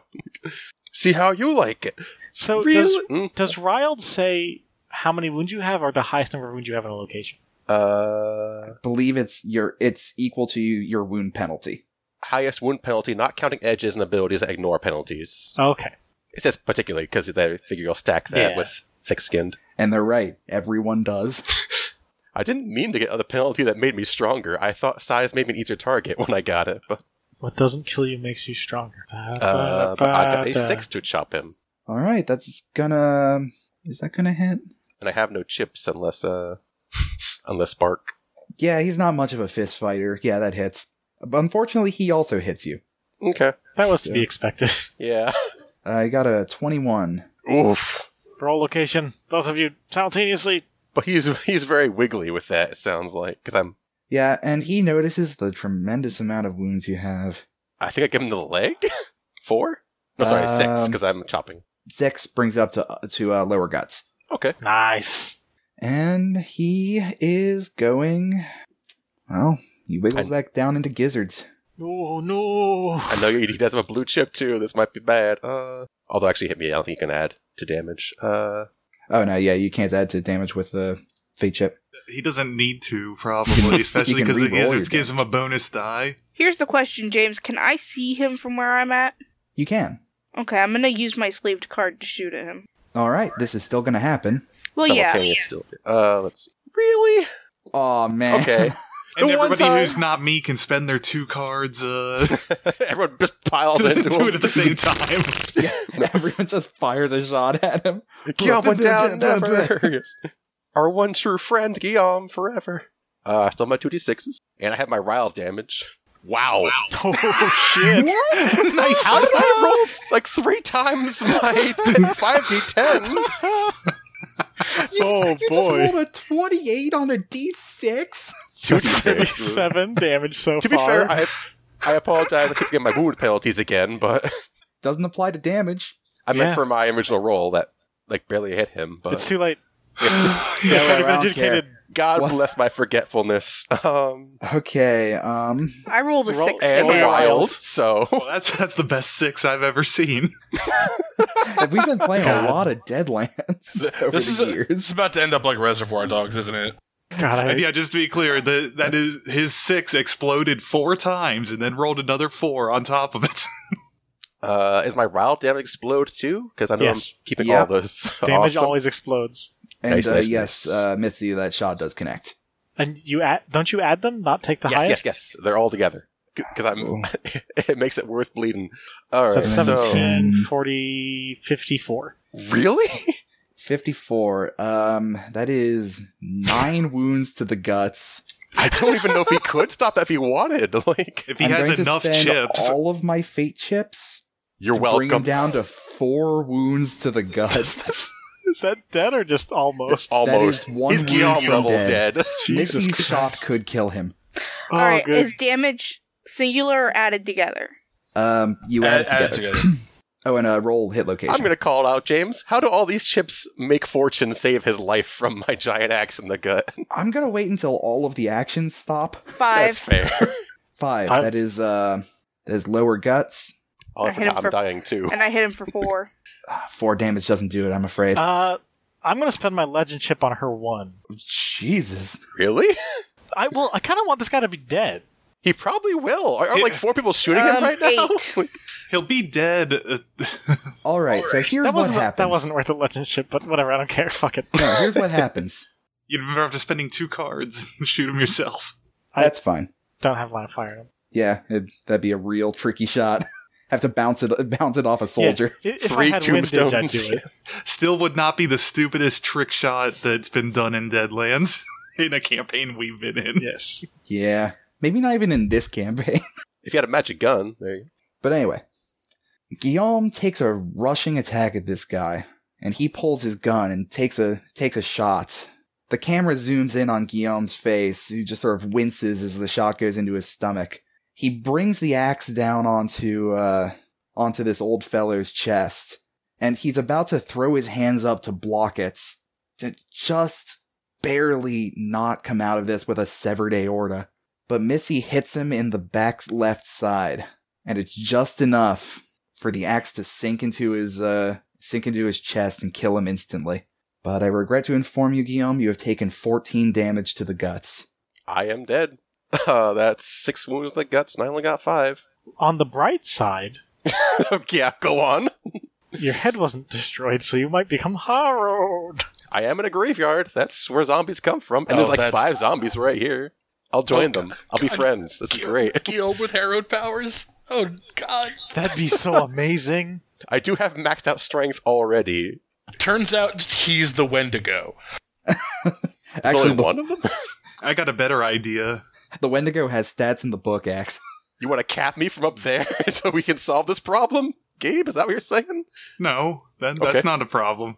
See how you like it.
so does
Really? Mm.
does Ryled say how many wounds you have or the highest number of wounds you have in a location?
Uh,
Believe it's your it's equal to your wound penalty.
highest wound penalty, not counting edges and abilities that ignore penalties.
Okay.
It says particularly because they figure you'll stack that
Uh. Yeah.
with thick skinned.
And they're right. Everyone does.
I didn't mean to get the penalty that made me stronger. I thought size made me an easier target when I got it, but
What doesn't kill you makes you stronger.
Uh, but I got a six to chop him,
All right, that's gonna. um, Is that gonna hit?
and I have no chips unless uh, unless Spark.
Yeah, he's not much of a fist fighter. Yeah, that hits. But unfortunately, he also hits you.
Okay,
That was to be
Yeah.
expected.
yeah.
I got a 21.
Oof.
Roll location, both of you simultaneously.
But he's he's very wiggly with that. It sounds like because I'm.
Yeah, and he notices the tremendous amount of wounds you have.
I think I give him the leg. Four? No, sorry, six
Um,
because I'm chopping.
Zex brings up to to uh, lower guts,
Okay.
Nice.
and he is going. Well, he wiggles that down into gizzards.
Oh no.
I know he he does have a blue chip too. This might be bad. Uh, although actually hit me. I don't think you can add to damage. Uh,
Oh no, yeah, you can't add to damage with the fate chip.
He doesn't need to, probably, especially
can
because the
re-roll your
gizzards gives him a bonus die.
Here's the question, James. Can I see him from where I'm at?
You can.
Okay, I'm gonna use my sleeved card to shoot at him.
All right, this is still gonna happen.
Well, yeah.
simultaneous still. Uh, let's see. Really?
Oh man.
Okay.
And
The one
everybody
time-
who's not me can spend their two cards uh,
Everyone just piles
to
into
do it
him.
at the same time.
Yeah, everyone just fires a shot at him.
Guillaume went down never. Our one true friend, Guillaume, forever. Uh, I still have my 2d6s, and I have my rile damage. Wow.
Oh shit.
nice.
How did I roll like three times my 5d10?
Oh,
you
boy.
just rolled a 28 on a d6?
Two D six.
Seven damage so
To be
far.
fair, I, I apologize. I keep getting my wound penalties again, but
Doesn't apply to damage.
I meant
Yeah.
for my original roll that like barely hit him. But
it's too late.
Yeah,
It's already
I
been
don't
adjudicated.
God
What?
bless my forgetfulness. Um,
Okay, um.
I rolled a
Roll-
six.
and
Roll
again.
wild.
wild.
So
Well, that's that's the best six I've ever seen.
We've been playing a
God.
lot of Deadlands
Th-
over
this is
the
a-
years.
this is about to end up like Reservoir Dogs, isn't it?
God, I,
And yeah, just to be clear, the, that is his six exploded four times and then rolled another four on top of it.
uh, is my rile damage explode too? Because I know
Yes.
I'm keeping
Yep.
all those.
damage
awesome.
always explodes.
and
Nice,
uh,
nice,
yes,
nice.
uh, Mithy, that shot does connect.
And you add, don't you add them? Not take the
yes,
highest.
yes, yes. They're all together because I'm.
Ooh.
it makes it worth bleeding. All
So
right. So,
17,
so-
40, 54.
really,
54. Um, that is nine wounds to the guts.
I don't even know if he could stop that if he wanted. Like,
If he
I'm going
has
to
enough
spend
chips,
all of my fate chips
you're
to
welcome.
bring him down to four wounds to the guts.
Is that dead or just almost?
Almost.
That is one
He's
wound
Guillaume
from
level
dead.
dead.
Jesus
Mithy's shot
Christ.
could kill him.
Oh,
All right,
good.
is damage singular or added together?
Um, you add, it
Add-
together.
add it
Oh, and uh, roll hit location.
I'm gonna call out, James. How do all these chips make Fortune save his life from my giant axe in the gut?
I'm gonna wait until all of the actions stop.
That's
Five.
fair.
Five.
I'm-
that is uh, that is lower guts.
Oh, I
I hit
forgot
him
I'm
for-
dying too.
and I hit him for four.
Ah, Four damage doesn't do it. I'm afraid.
Uh, I'm going to spend my legend chip on her one.
Jesus.
Really?
I well, I kind of want this guy to be dead.
He probably will. Are, are like four people shooting him
Um,
right now?
eight.
he'll be dead. uh,
All right. So here's
that
what
wasn't
happens.
that wasn't worth a legend chip, but whatever. I don't care. Fuck it.
No, here's what happens.
You'd remember after spending two cards, shoot him yourself.
I-
That's fine.
Don't have line of fire.
Yeah, it, that'd be a real tricky shot. have to bounce it bounce it off a soldier.
Yeah, i- if
Three
I had windage, I'd
tombstones.
do it.
Still would not be the stupidest trick shot that's been done in Deadlands in a campaign we've been in.
Yes.
Yeah. Maybe not even in this campaign.
If you had a magic gun, there you
but anyway, Guillaume takes a rushing attack at this guy, and he pulls his gun and takes a takes a shot. The camera zooms in on Guillaume's face, who just sort of winces as the shot goes into his stomach. He brings the axe down onto uh, onto this old fellow's chest, and he's about to throw his hands up to block it, to just barely not come out of this with a severed aorta. But Missy hits him in the back left side and it's just enough for the axe to sink into his uh sink into his chest and kill him instantly. But I regret to inform you, Guillaume, you have taken 14 damage to the guts.
I am dead. Uh, that's six wounds in the guts, and I only got five.
On the bright side,
yeah, go on.
your head wasn't destroyed, so you might become harrowed.
I am in a graveyard. That's where zombies come from. And there's
Oh,
like
that's- Oh,
five zombies right here. I'll join them. I'll be
God.
friends. This is great.
Guillaume with harrowed powers. Oh God!
That'd be so amazing.
I do have maxed out strength already.
Turns out he's the Wendigo.
There's
Actually,
only
the,
one of them.
I got a better idea.
the Wendigo has stats in the book, Axe.
You want to cap me from up there so we can solve this problem, Gabe? Is that what you're saying?
No, that, that's
Okay.
not a problem.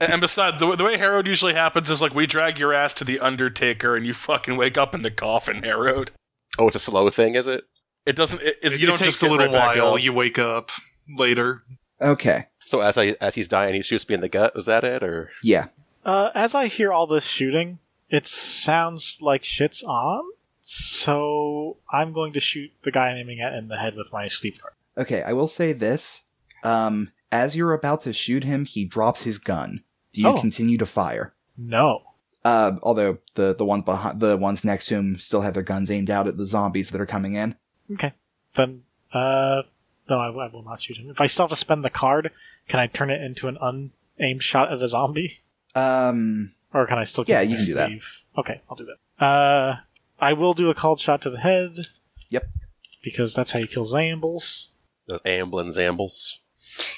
and besides, the, the way harrowed usually happens is like we drag your ass to the Undertaker, and you fucking wake up in the coffin, harrowed.
Oh, it's a slow thing, is it?
It doesn't. It, it-
It,
you don't
takes
just
a
get
little
right back
while.
up.
You wake up later.
Okay,
So as I as he's dying, he shoots me in the gut. Is that it, or
yeah.
Uh, as I hear all this shooting, it sounds like shit's on. So I'm going to shoot the guy I'm aiming at in the head with my sleep dart.
Okay, I will say this. Um, as you're about to shoot him, he drops his gun. Do you
Oh.
continue to fire?
No.
Uh, although the, the ones behind the ones next to him still have their guns aimed out at the zombies that are coming in.
Okay. Then, uh, no, I, I will not shoot him. If I still have to spend the card, can I turn it into an unaimed shot at a zombie?
Um,
Or can I still
Yeah,
keep
you
my
can do that.
sleeve? Okay, I'll do that. Uh, I will do a called shot to the head.
Yep.
Because that's how you kill Zambles.
the amblin zambles?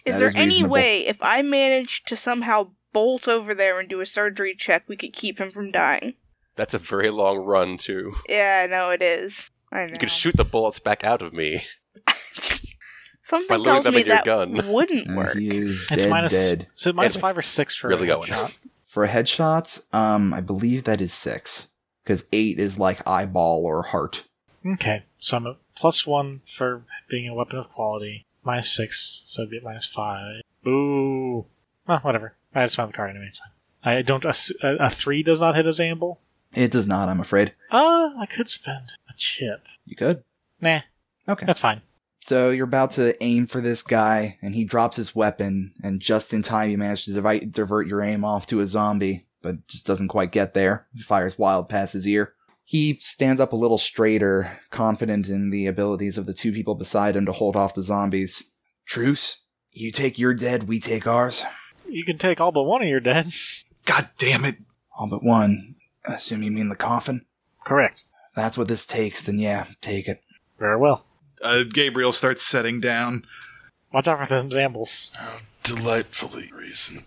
That
Is there
is
any
reasonable.
way if I manage to somehow bolt over there and do a surgery check, we could keep him from dying?
That's a very long run too.
Yeah, I know it is. I know.
You could shoot the bullets back out of me.
Something
by loading
tells
them
me
in your
that
gun.
wouldn't
and
work.
he is
It's
dead,
minus
dead.
so minus
Anyway,
five or six for
really
a
going.
shot.
For headshots, um, I believe that is six. Because eight is like eyeball or heart.
Okay, so I'm at plus one for being a weapon of quality, minus six, so I'd be at minus five. Boo! Well, whatever. I just found the card anyway. It's fine. I don't. assu- A, a three does not hit a Zamble.
It does not, I'm afraid.
Uh, I could spend a chip.
You could.
Nah,
Okay.
that's fine.
So you're about to aim for this guy, and he drops his weapon, and just in time you manage to divi- divert your aim off to a zombie, but just doesn't quite get there. Fires wild past his ear. He stands up a little straighter, confident in the abilities of the two people beside him to hold off the zombies. Truce. You take your dead, we take ours.
You can take all but one of your dead.
God damn it.
All but one. I assume you mean the coffin?
Correct.
If that's what this takes, then yeah, take it.
Very well.
Uh, Gabriel starts setting down.
Watch out for them Zambles.
Delightfully reasonable.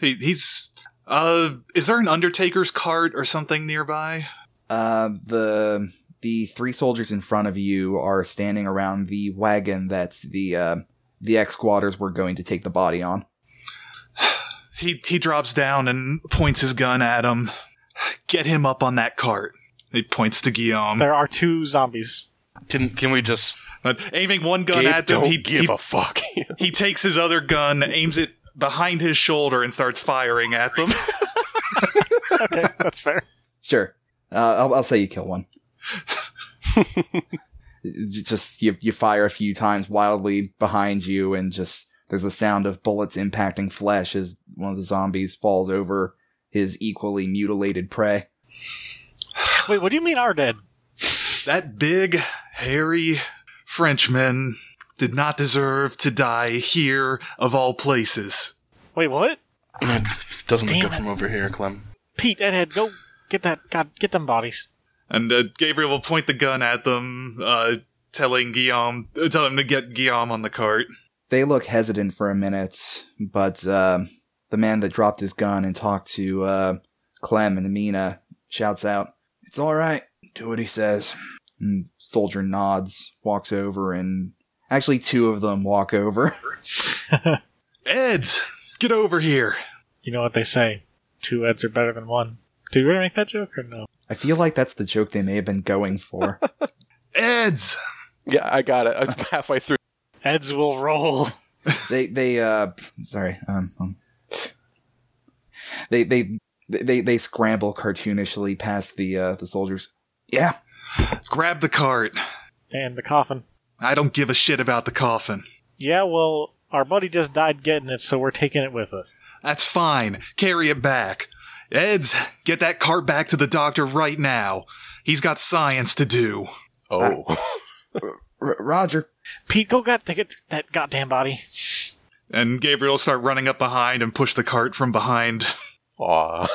He, he's. Uh, is there an Undertaker's cart or something nearby?
Uh, the the three soldiers in front of you are standing around the wagon that the uh, the ex squatters were going to take the body on.
He he drops down and points his gun at him. Get him up on that cart. He points to Guillaume.
There are two zombies.
Can can we just?
But aiming one gun
Gabe,
at them,
don't
he,
give
he,
a fuck.
he takes his other gun, aims it behind his shoulder, and starts firing at them.
Okay, that's fair.
Sure, uh, I'll, I'll say you kill one. J- just you you fire a few times wildly behind you, and just there's the sound of bullets impacting flesh as one of the zombies falls over his equally mutilated prey.
Wait, what do you mean are dead?
that big, hairy Frenchman did not deserve to die here, of all places.
Wait, what?
Doesn't
Damn
look good
it.
from over here, Clem.
Pete, Edhead, go get that. God, get them bodies.
And uh, Gabriel will point the gun at them. Uh, telling Guillaume, uh, tell him to get Guillaume on the cart.
They look hesitant for a minute, but um the man that dropped his gun and talked to uh, Clem and Amina shouts out, It's alright, do what he says. And soldier nods, walks over, and actually, two of them walk over.
Ed, get over here.
You know what they say: two heads are better than one. Did we make that joke or no?
I feel like that's the joke they may have been going for.
Eds.
Yeah, I got it. I'm halfway through.
Heads will roll.
they they uh sorry um, um they they they they scramble cartoonishly past the uh the soldiers yeah
Grab the cart.
And the coffin.
I don't give a shit about the coffin.
Yeah, well, our buddy just died getting it, so we're taking it with us.
That's fine. Carry it back. Eds, get that cart back to the doctor right now. He's got science to do.
Oh,
R- roger
Pete, go get, get that goddamn body.
And Gabriel will start running up behind and push the cart from behind.
aw.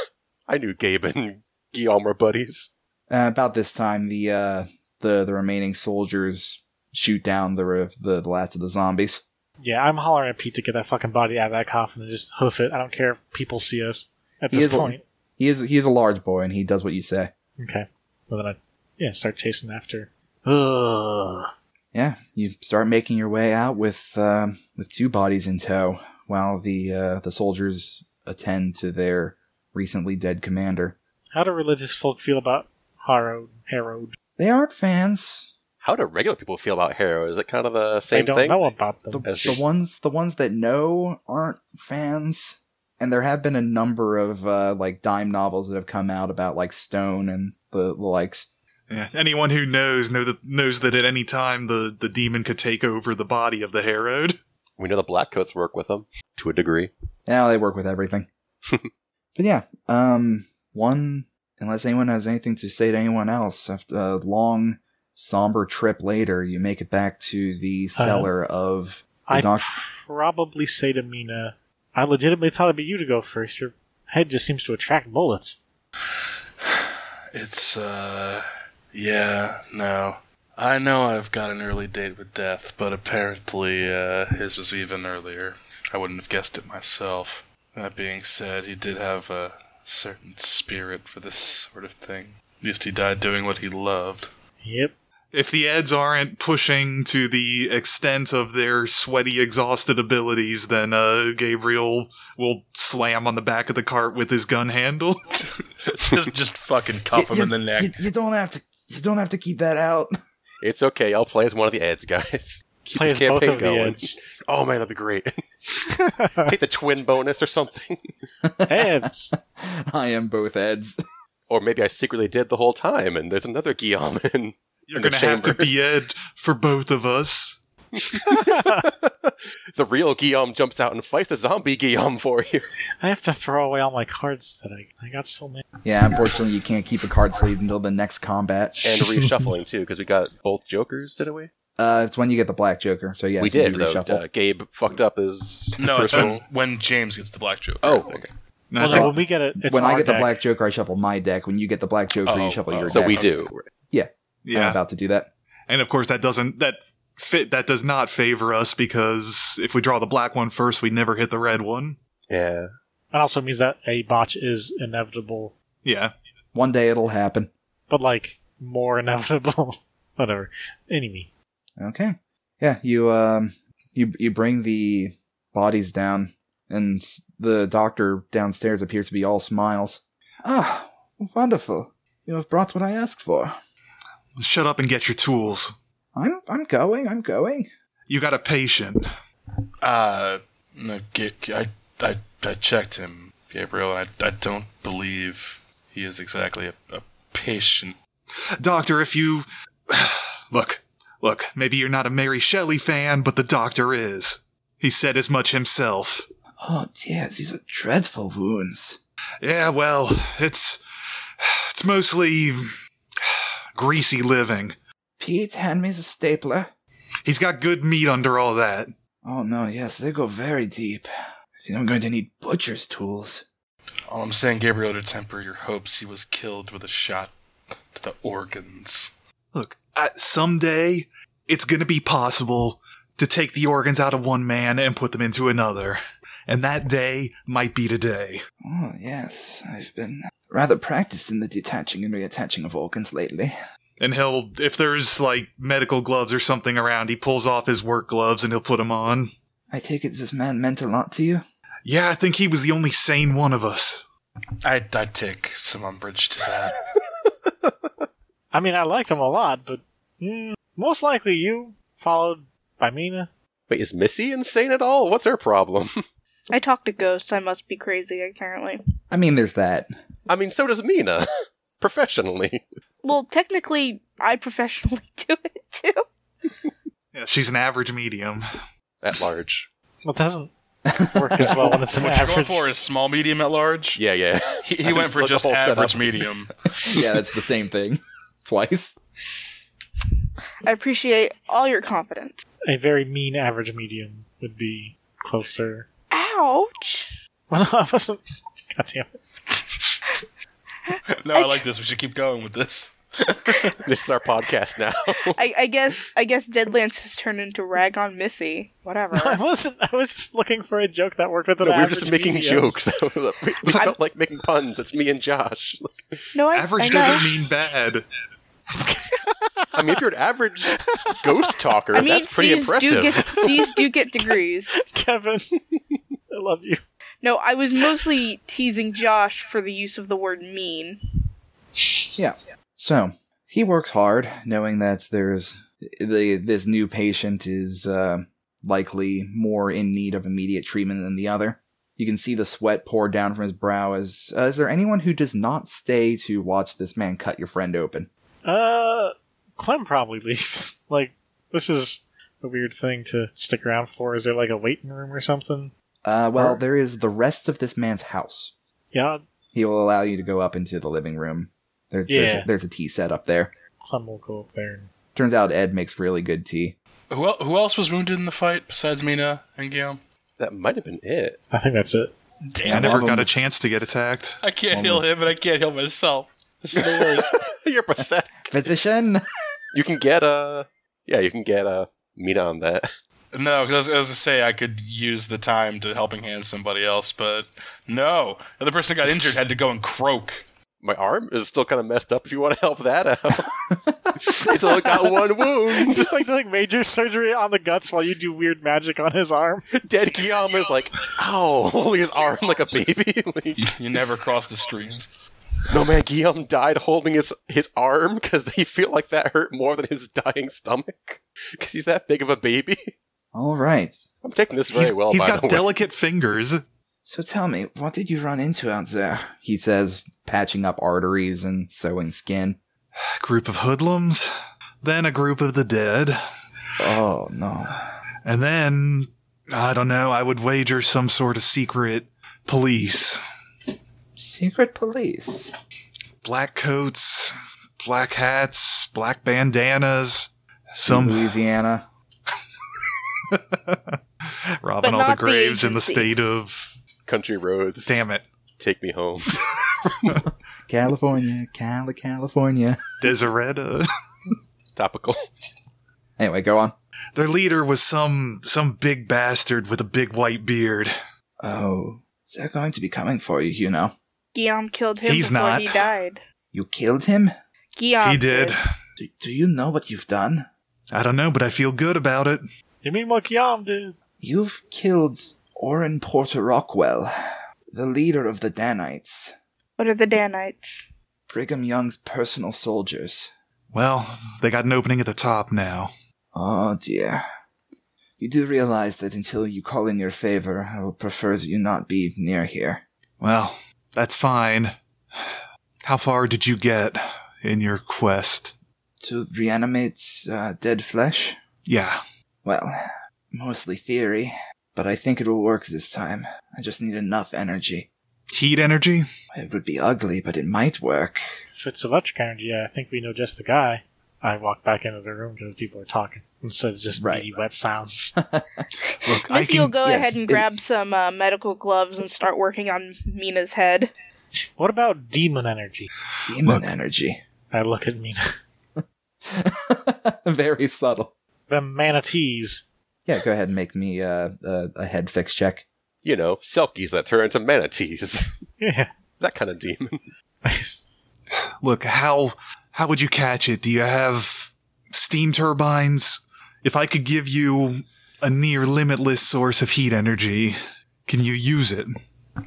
I knew Gabe and Guillaume were buddies.
uh, about this time the uh the the remaining soldiers shoot down the re- the, the last of the zombies
Yeah, I'm hollering at Pete to get that fucking body out of that coffin and just hoof it. I don't care if people see us at
He
this
is a-
point.
he is he is a large boy and he does what you say
Okay. Well, then I yeah start chasing after. Ugh.
yeah you start making your way out with um with two bodies in tow while the uh the soldiers attend to their recently dead commander
How do religious folk feel about Harrowed? Harrowed?
they aren't fans
How do regular people feel about Harrow? Is it kind of the
I
same
don't
thing?
know about
the,
them.
As
the
she-
ones the ones that know aren't fans and there have been a number of uh, like dime novels that have come out about like stone and the, the likes
Yeah. Anyone who knows know that, knows that at any time the, the demon could take over the body of the Harrowed.
We know the Blackcoats work with them to a degree.
now they work with everything but yeah um one unless anyone has anything to say to anyone else after a long somber trip later you make it back to the cellar of the
Uh, I
doc-
probably say to Mina, I legitimately thought it'd be you to go first. Your head just seems to attract bullets.
It's, uh. Yeah, no. I know I've got an early date with death, but apparently uh, his was even earlier. I wouldn't have guessed it myself. That being said, he did have a certain spirit for this sort of thing. At least he died doing what he loved.
Yep.
If the Eds aren't pushing to the extent of their sweaty, exhausted abilities, then uh, Gabriel will slam on the back of the cart with his gun handle.
just, just fucking cuff him in the neck.
You, you don't have to you don't have to keep that out
It's okay. I'll play as one of the Eds, guys. Keep
Play
this
as both
campaign
of the
going.
ends.
Oh man, that'd be great. Take the twin bonus or something.
Ends.
i am both eds
Or maybe I secretly did the whole time, and there's another Guillaume. And
You're
In the
going to have to
chamber.
be Ed for both of us.
the real Guillaume jumps out and fights the zombie Guillaume for you.
I have to throw away all my cards that I I got so many.
yeah unfortunately you can't keep a card sleeve until the next combat
And reshuffling too, because we got both Jokers, didn't we?
Uh, it's when you get the Black Joker. So yeah,
we
it's when
did
you
though.
reshuffle.
Uh, Gabe fucked up his.
No, it's
first one.
when, when James gets the black joke.
Oh,
okay.
Well,
think-
no, when we get it, it's
when
our
I get the
deck.
Black Joker, I shuffle my deck. When you get the Black Joker,
Oh,
you shuffle
oh.
your deck.
So we do.
I'm
yeah.
about to do that.
And of course, that doesn't that fit that does not favor us because if we draw the black one first, we never hit the red one.
Yeah.
It also means that a botch is inevitable,
Yeah,
One day it'll happen.
but like more inevitable. Whatever. Anyway,
Okay. Yeah, you um, you you bring the bodies down, and the doctor downstairs appears to be all smiles. Ah, wonderful! You have brought what I asked for.
shut up and get your tools.
I'm I'm going. I'm going.
You got a patient.
Uh, no, Ga- I, I, I checked him, Gabriel, and I, I don't believe he is exactly a, a patient.
Doctor, if you look, look, maybe you're not a Mary Shelley fan, but the doctor is. He said as much himself.
Oh dear, these are dreadful wounds.
Yeah, well, it's it's mostly greasy living.
Pete, hand me the stapler.
He's got good meat under all that.
Oh no, yes, they go very deep. I think I'm going to need butcher's tools.
All I'm saying, Gabriel, to temper your hopes, he was killed with a shot to the organs.
Look, I, someday it's going to be possible to take the organs out of one man and put them into another. And that day might be today.
Oh, yes, I've been rather practiced in the detaching and reattaching of organs lately.
And he'll, if there's like medical gloves or something around, he pulls off his work gloves and he'll put them on.
I take it this man meant a lot to you?
Yeah, I think he was the only sane one of us.
I I take some umbrage to that.
I mean, I liked him a lot, but mm, most likely you followed by Mina.
Wait, is Missy insane at all? What's her problem?
I talk to ghosts. I must be crazy, apparently.
I mean, there's that.
I mean, so does Mina. Professionally.
Well, technically, I professionally do it too.
Yeah, she's an average medium.
At large.
Well, it doesn't work as well when it's an
what you're going
average.
for is small, medium, at large.
Yeah, yeah.
He,
I
he went
didn't
for
look the
just
whole setup.
average, medium.
yeah, that's the same thing. Twice.
I appreciate all your confidence.
A very mean average medium would be closer.
Ouch!
Well, no, I wasn't. God damn it.
No, I like this. We should keep going with this.
This is our podcast now.
I, I guess I guess Deadlands has turned into rag on Missy. Whatever.
I wasn't. I was just looking for a joke that worked with an
No, we were
average
just making
medium.
jokes. we we felt like making puns. It's me and Josh.
no, I, I
Average
know.
doesn't mean bad.
I mean, if you're an average ghost talker,
I mean,
that's pretty
Cs Do
impressive.
get, Cs do get degrees.
Kevin, I love you.
No, I was mostly teasing Josh for the use of the word mean.
So he works hard, knowing that there's the this new patient is uh, likely more in need of immediate treatment than the other. You can see the sweat pour down from his brow. As uh, is there anyone who does not stay to watch this man cut your friend open?
Uh, Clem probably leaves. Like, this is a weird thing to stick around for. Is there like a waiting room or something?
Uh, well,
Or-
there is the rest of this man's house.
Yeah,
He will allow you to go up into the living room. There's there's,
Yeah.
a, there's a tea set up there.
Clem will go up there. And...
Turns out Ed makes really good tea.
Who, el- who else was wounded in the fight besides Mina and Guillaume?
that might have been it.
I think that's it.
I
one
Damn
of
never
them
got a
was-
chance to get attacked.
I can't
One
heal
was-
him and I can't heal myself. This is the worst.
you're pathetic.
Physician.
You can get a. Yeah, you can get a meat on that.
no, because I was to say I could use the time to helping hand somebody else, but no. The other person that got injured had to go and croak.
My arm is still kind of messed up. If you want to help that out, it's only got one wound.
Just like doing major surgery on the guts while you do weird magic on his arm.
Dead Guillaume is like, ow, holding his arm like a baby. Like,
You, you never cross the streams.
no man, Guillaume died holding his his arm because they feel like that hurt more than his dying stomach because he's that big of a baby.
All right.
I'm taking this very
he's
well.
he's
by
got
the way.
delicate fingers.
So tell me, what did you run into out there? He says, patching up arteries and sewing skin.
A group of hoodlums, then a group of the dead,
Oh no.
and then I don't know. I would wager some sort of secret police,
Secret police.
black coats, black hats, black bandanas.
Some
Some
Louisiana.
robbing
But
all the
not the
graves in the
agency.
state of.
country roads.
Damn it,
take me home.
California, Cali, California.
Deseretta.
Topical.
Anyway, go on.
Their leader was some some big bastard with a big white beard.
Oh. They're going to be coming for you, you know.
Guillaume killed him
He's
before
not.
he died.
You killed him?
Guillaume
he did.
Do, do you know what you've done?
I don't know, but I feel good about it.
You mean what Guillaume did?
You've killed Orin Porter Rockwell, the leader of the Danites,
What are the Danites?
Brigham Young's personal soldiers.
Well, they got an opening at the top now.
Oh dear. You do realize that until you call in your favor, I will prefer that you not be near here.
Well, that's fine. How far did you get in your quest?
To reanimate uh, dead flesh?
Yeah.
Well, mostly theory, but I think it will work this time. I just need enough energy.
Heat energy?
It would be ugly, but it might work.
If it's electric energy, yeah, I think we know just the guy. I walk back into the room because people are talking instead of just
Right.
meaty wet sounds.
Look, I
Missy will
can,
go
yes,
ahead and
it-
grab some uh, medical gloves and start working on Mina's head.
what about demon energy?
Demon
Look.
energy.
I look at Mina.
Very subtle.
Them manatees.
Yeah, go ahead and make me uh, a, a head fix check.
You know, selkies that turn into manatees.
Yeah.
that kind of demon.
Look, how how would you catch it? Do you have steam turbines? If I could give you a near limitless source of heat energy, can you use it?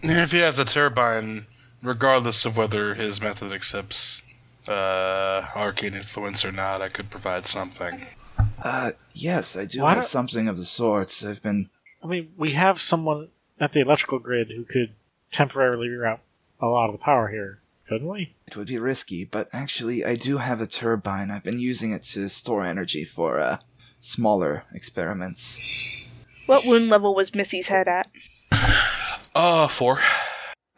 If he has a turbine, regardless of whether his method accepts uh, arcane influence or not, I could provide something.
Uh, yes, I do
Why
have
don't-
something of the sorts. I've been.
I mean, we have someone at the electrical grid who could temporarily reroute a lot of the power here, couldn't we?
It would be risky, but actually, I do have a turbine. I've been using it to store energy for uh, smaller experiments.
What wound level was Missy's head at?
Uh, four.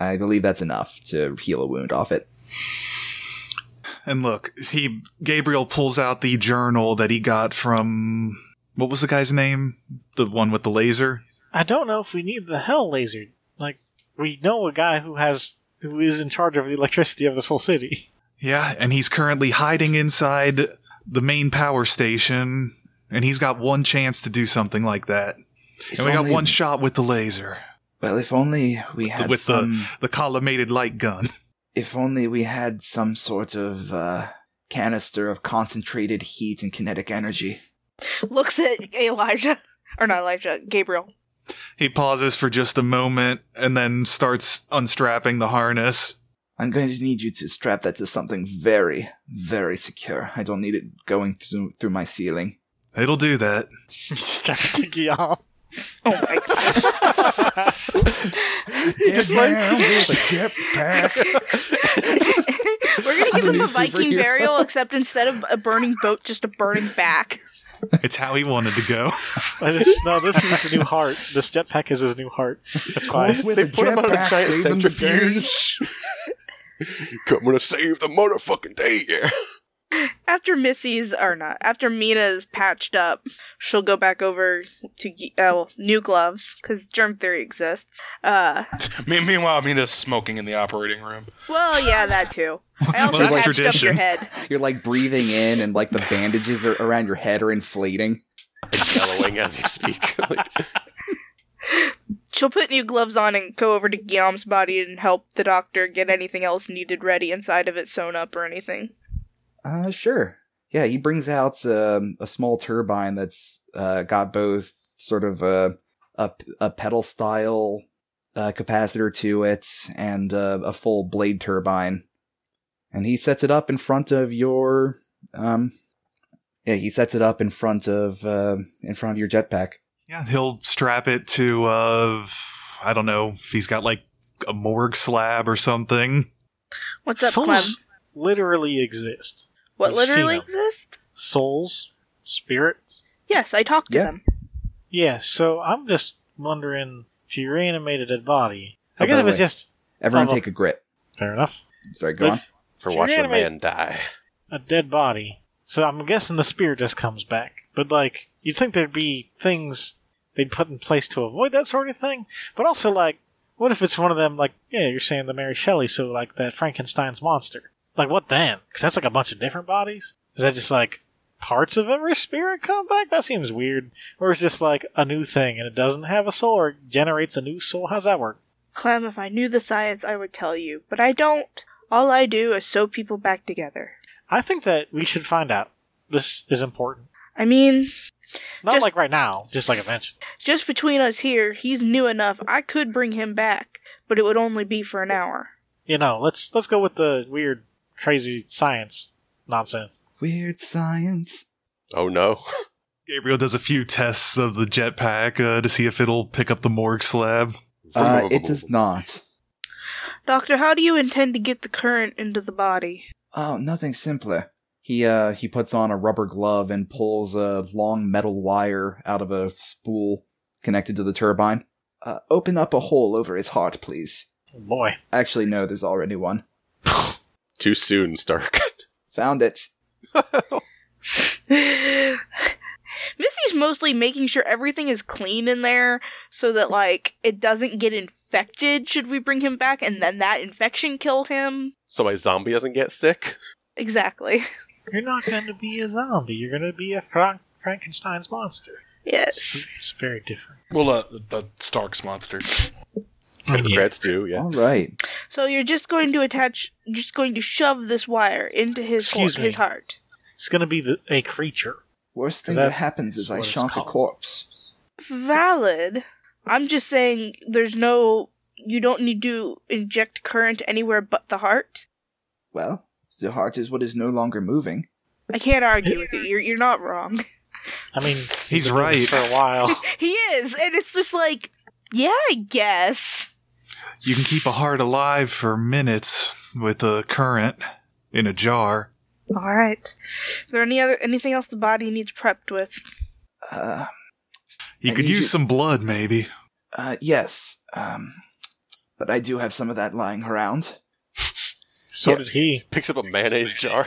I believe that's enough to heal a wound off it.
And look, he Gabriel pulls out the journal that he got from what was the guy's name? The one with the laser?
I don't know if we need the hell laser. Like, we know a guy who has who is in charge of the electricity of this whole city.
Yeah, and he's currently hiding inside the main power station, and he's got one chance to do something like that.
If
and we got
only-
one shot with the laser,
Well, if only we had
with
some.
the collimated light gun.
If only we had some sort of uh, canister of concentrated heat and kinetic energy.
Looks at Elijah. Or not Elijah, Gabriel.
He pauses for just a moment and then starts unstrapping the harness.
I'm going to need you to strap that to something very, very secure. I don't need it going through, through my ceiling.
It'll do that.
Sticky arm.
Oh my god.
Just
like-
We're gonna
I'm
give
the
him
new
a Viking
superhero.
burial, except instead of a burning boat, just a burning back.
It's how he wanted to go.
But it's- no, this is his new heart. This jetpack is his new heart. That's fine.
with
They put him on a giant centrifuge. I'm gonna save the motherfucking day here.
After Missy's, or not, after Mina's patched up, she'll go back over to Ye- uh, well, new gloves because germ theory exists. Uh,
Me- meanwhile, Mina's smoking in the operating room.
well, yeah, that too. I also
That's
patched up your
tradition.
head.
You're like breathing in, and like the bandages are around your head are inflating.
Yellowing as you speak.
Uh,
Like,
She'll put new gloves on and go over to Guillaume's body and help the doctor get anything else needed ready inside of it sewn up or anything.
Uh, sure. Yeah, he brings out um, a small turbine that's uh, got both sort of a a, a pedal style uh, capacitor to it and uh, a full blade turbine, and he sets it up in front of your um. Yeah, he sets it up in front of uh, in front of your jetpack.
Yeah, he'll strap it to uh I don't know if he's got like a morgue slab or something.
What's up, Clem?
Souls literally exist.
What
I've
literally
seen 'em.
exists?
Souls, spirits.
Yes, I talked to
Yeah.
them.
Yeah. So I'm just wondering if you reanimate a dead body.
Oh,
I
by
guess
the
if it's
way.
just
Everyone,
Oh.
take a grit.
fair enough.
Sorry, go on.
for
She
watching a
reanimate-
man die.
a dead body. So I'm guessing the spear just comes back. But like, you'd think there'd be things they'd put in place to avoid that sort of thing. But also, like, what if it's one of them? Like, yeah, you're saying the Mary Shelley, so like that Frankenstein's monster. Like, what then? Because that's like a bunch of different bodies. Is that just like parts of every spirit come back? That seems weird. Or is this like a new thing and it doesn't have a soul or generates a new soul? How's that work?
Clem, if I knew the science, I would tell you, but I don't. All I do is sew people back together.
I think that we should find out. This is important.
I mean,
Not
Just-
like right now, just like eventually.
just between us here, he's new enough. I could bring him back, but it would only be for an hour.
you know, let's let's go with the weird, crazy science nonsense.
Weird science.
Oh no.
Gabriel does a few tests of the jetpack uh, to see if it'll pick up the morgue slab.
Uh, it does not.
Doctor, how do you intend to get the current into the body?
Oh, nothing simpler. He uh he puts on a rubber glove and pulls a long metal wire out of a spool connected to the turbine. Uh, open up a hole over its heart, please.
Oh boy,
Actually, no, there's already one.
Too soon, Stark.
Found it.
Missy's mostly making sure everything is clean in there so that like it doesn't get infected should we bring him back and then that infection killed him.
so my zombie doesn't get sick?
Exactly.
you're not going to be a zombie. You're going to be a Frank Frankenstein's monster. It's,
Yes.
it's very different.
Well, uh, uh, Stark's monster.
Congrats too, yeah.
All right.
So you're just going to attach, just going to shove this wire into his
Excuse
cor- his
me.
heart.
It's going to be the, a creature.
Worst thing
That-
that, happens is
that's
I
what it's
shock a
called.
corpse.
Valid. I'm just saying, there's no, you don't need to inject current anywhere but the heart.
Well, the heart is what is no longer moving.
I can't argue with you. You're you're not wrong.
I mean, he's
He's
been doing this
right.
for a while.
He is, and it's just like, yeah, I guess.
You can keep a heart alive for minutes with a current in a jar.
All right. Is there any other anything else the body needs prepped with?
Uh,
You
I
could
need
use
you-
some blood, maybe.
uh, yes. Um, but I do have some of that lying around.
So
Yeah.
did he.
Picks up a mayonnaise jar.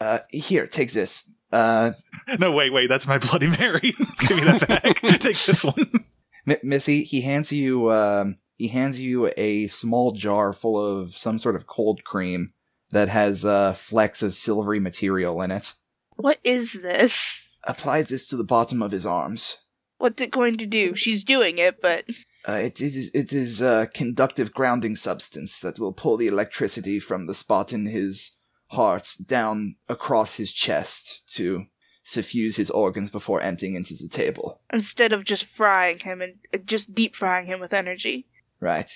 Uh, here, take this. Uh,
No, wait, wait. That's my Bloody Mary. Give me that back. Take this one.
M- Missy, he hands you um, he hands you a small jar full of some sort of cold cream that has uh, flecks of silvery material in it.
What is this?
Applies this to the bottom of his arms.
What's it going to do? She's doing it, but
Uh, it is it is a conductive grounding substance that will pull the electricity from the spot in his heart down across his chest to suffuse his organs before emptying into the table.
instead of just frying him and uh, just deep frying him with energy,
Right.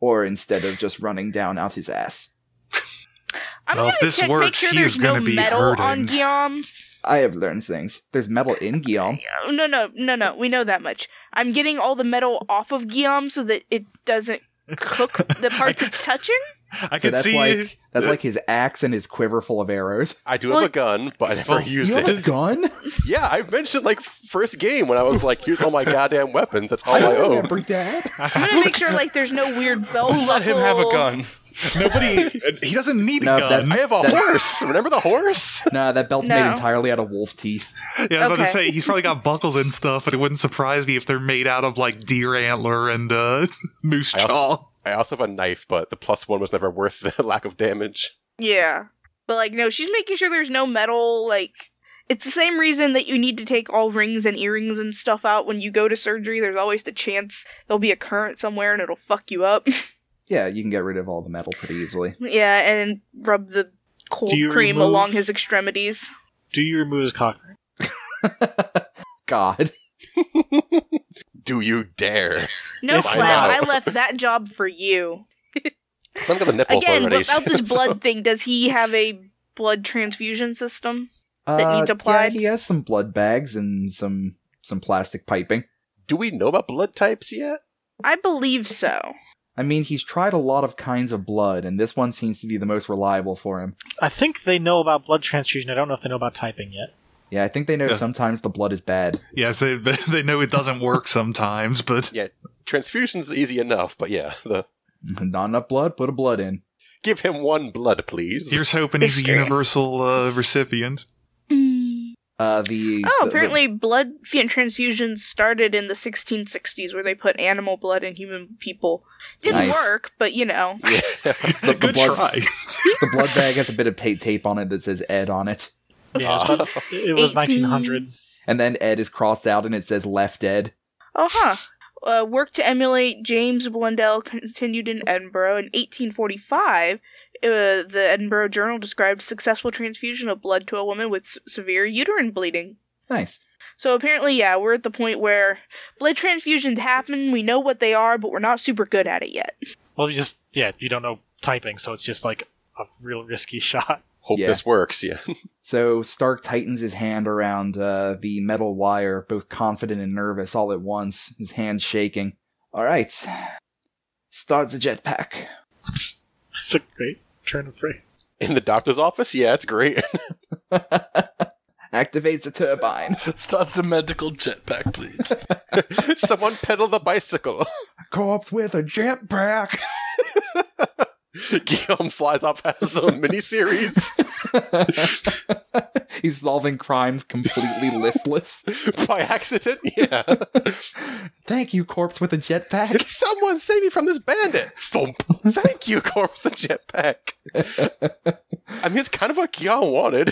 Or instead of just running down out his ass.
I'm
Well,
gonna
if this
check, make
works,
sure
he
there's
is gonna
no
be
metal on
hurting.
Guillaume.
I have learned things. There's metal in Guillaume.
Oh, No, no, no, no. We know that much. I'm getting all the metal off of Guillaume so that it doesn't cook the parts it's touching.
I
So
could
that's
see.
like that's like his axe and his quiver full of arrows.
I do
Well,
have a gun, but I never
well,
used
Oh, You have
it.
a gun?
Yeah, I mentioned like first game when I was like, here's all my goddamn weapons. That's all
I
I,
oh.
don't
own.
remember that.
I'm gonna make sure like there's no weird belt.
Let him have a gun.
nobody. He doesn't need
No,
a
that-
gun.
I have a
That-
horse. Remember the horse?
Nah, that belt's
No.
made entirely out of wolf teeth.
Yeah, I was about to
Okay.
say he's probably got buckles and stuff, but it wouldn't surprise me if they're made out of like deer antler and uh, moose
I also-
jaw.
I also have a knife, but the plus one was never worth the lack of damage.
Yeah. But like no, she's making sure there's no metal like it's the same reason that you need to take all rings and earrings and stuff out when you go to surgery. There's always the chance there'll be a current somewhere and it'll fuck you up.
Yeah, you can get rid of all the metal pretty easily.
yeah, and rub the cold
Do you
cream
remove-
along his extremities.
Do you remove his cock ring?
God.
Do you dare?
No,
If I
Flav,
know.
I left that job for you.
'Cause I'm gonna nipples
Again,
already.
about this
so-
blood thing, does he have a blood transfusion system?
Uh,
needs applied?
Yeah, he has some blood bags and some some plastic piping.
Do we know about blood types yet?
I believe so.
I mean, he's tried a lot of kinds of blood, and this one seems to be the most reliable for him.
I think they know about blood transfusion. I don't know if they know about typing yet.
Yeah, I think they know
Yeah.
sometimes the blood is bad.
Yes, they they know it doesn't work sometimes, but
Yeah, transfusion's easy enough, but yeah, the
Not enough blood, put a blood in.
give him one blood, please.
here's hoping he's a
Mystery.
universal uh, recipient.
Uh, the
Oh,
the-
apparently blood fu- transfusions started in the 1660s where they put animal blood in human people. Didn't
Nice.
work, but you know.
the, the,
Good
blood,
try.
the blood bag has a bit of pa- tape on it that says Ed on it,
Yeah, it was, it was 1900.
and then Ed is crossed out and it says Left Ed.
Oh, huh. Uh, work to emulate James Blundell continued in Edinburgh. In 1845, uh, the Edinburgh Journal described successful transfusion of blood to a woman with s- severe uterine bleeding.
Nice.
So apparently, yeah, we're at the point where blood transfusions happen. We know what they are, but we're not super good at it yet.
Well, you just yeah, you don't know typing, so it's just like a real risky shot.
Hope
Yeah.
this works. Yeah,
So Stark tightens his hand around uh, the metal wire, both confident and nervous all at once, his hand shaking. All right. Start the jetpack.
It's a great turn of phrase.
in the doctor's office. Yeah, it's great.
Activates the turbine.
Starts a medical jetpack, please.
Someone pedal the bicycle.
Corpse with a jetpack.
Guillaume flies off as a miniseries.
He's solving crimes completely listless.
by accident. Yeah.
Thank you, corpse with a jetpack.
Someone save me from this bandit. Thump. Thank you, Corpse the Jetpack. I mean, it's kind of what Keon wanted.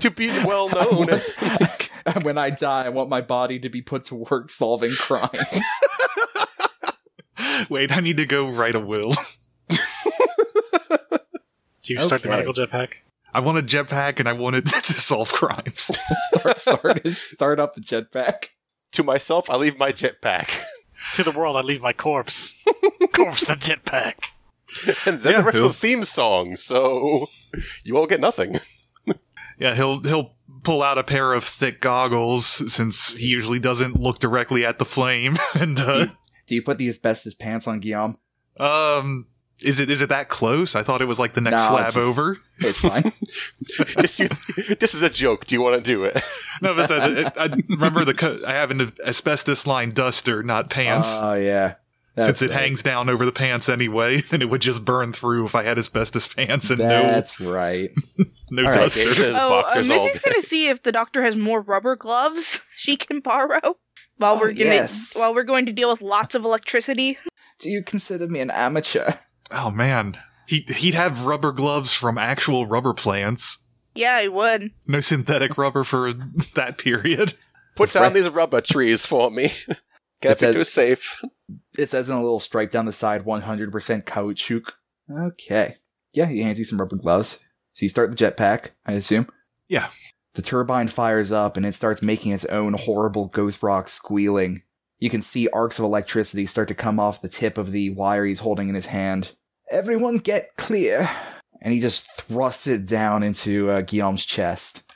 to be well known.
when I die, I want my body to be put to work solving crimes.
Wait, I need to go write a will.
Do you start the
Okay.
medical jetpack?
I want a jetpack and I want it to solve crimes.
start, start, start up the jetpack.
to myself, I leave my jetpack,
To the world, I leave my corpse. corpse the jetpack.
and then the rest
who?
of the theme song. So you all get nothing.
Yeah, he'll he'll pull out a pair of thick goggles since he usually doesn't look directly at the flame. And uh,
Do you put the asbestos pants on, Guillaume?
um, is it is it that close? I thought it was like the
No,
next slab
just-
over.
It's fine.
Just you, this is a joke. Do you want to do it?
No, besides, I, I remember the co- I have an asbestos lined duster, not pants.
Oh, yeah.
since it
right.
hangs down over the pants anyway, and it would just burn through if I had asbestos pants and
That's right.
no no
all right,
duster.
Gabe says
Oh, uh,
boxers all
Missy's
day.
gonna see if the doctor has more rubber gloves she can borrow while
Oh,
we're gonna
yes.
while we're going to deal with lots of electricity.
Do you consider me an amateur?
Oh man, he he'd have rubber gloves from actual rubber plants.
Yeah, I would.
No synthetic rubber for that period.
Put
Fred-
down these rubber trees for me. Get
It's
me
a-
to safe.
It says in a little stripe down the side 100% caoutchouc. Okay. Yeah, he hands you some rubber gloves. So you start the jetpack, I assume.
Yeah.
The turbine fires up and it starts making its own horrible ghost rock squealing. You can see arcs of electricity start to come off the tip of the wire he's holding in his hand. Everyone get clear. And he just thrusts it down into uh, Guillaume's chest.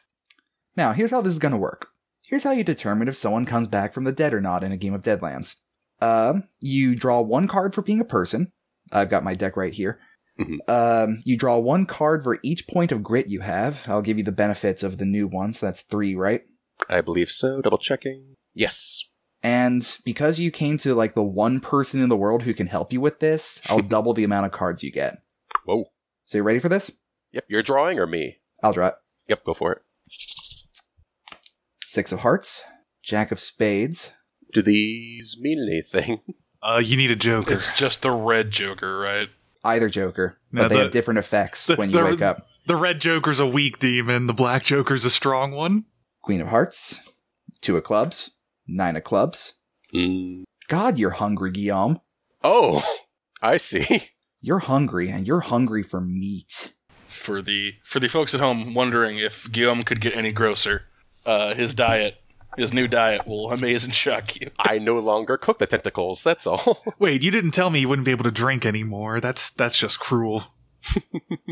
Now, here's how this is going to work. Here's how you determine if someone comes back from the dead or not in a game of Deadlands. Um, you draw one card for being a person. I've got my deck right here.
Mhm.
Um, you draw one card for each point of grit you have. I'll give you the benefits of the new one, so that's three, right?
I believe so. Double checking. Yes.
And because you came to like the one person in the world who can help you with this, I'll double the amount of cards you get.
Whoa.
So you ready for this?
Yep. You're drawing or me?
I'll draw it.
Yep. Go for it.
Six of hearts, Jack of spades.
Do these mean anything?
Uh, you need a joker.
It's just the red Joker, right?
Either Joker, but
Now
they
the-
have different effects
the-
when you
the-
wake up.
The red joker's a weak demon. The black joker's a strong one.
Queen of hearts, two of clubs, nine of clubs.
Mm.
God, you're hungry, Guillaume.
Oh, I see.
You're hungry, and you're hungry for meat.
For the for the folks at home wondering if Guillaume could get any grosser, uh, his diet, his new diet will amaze and shock you.
I no longer cook the tentacles. That's all.
Wait, you didn't tell me you wouldn't be able to drink anymore. That's that's just cruel.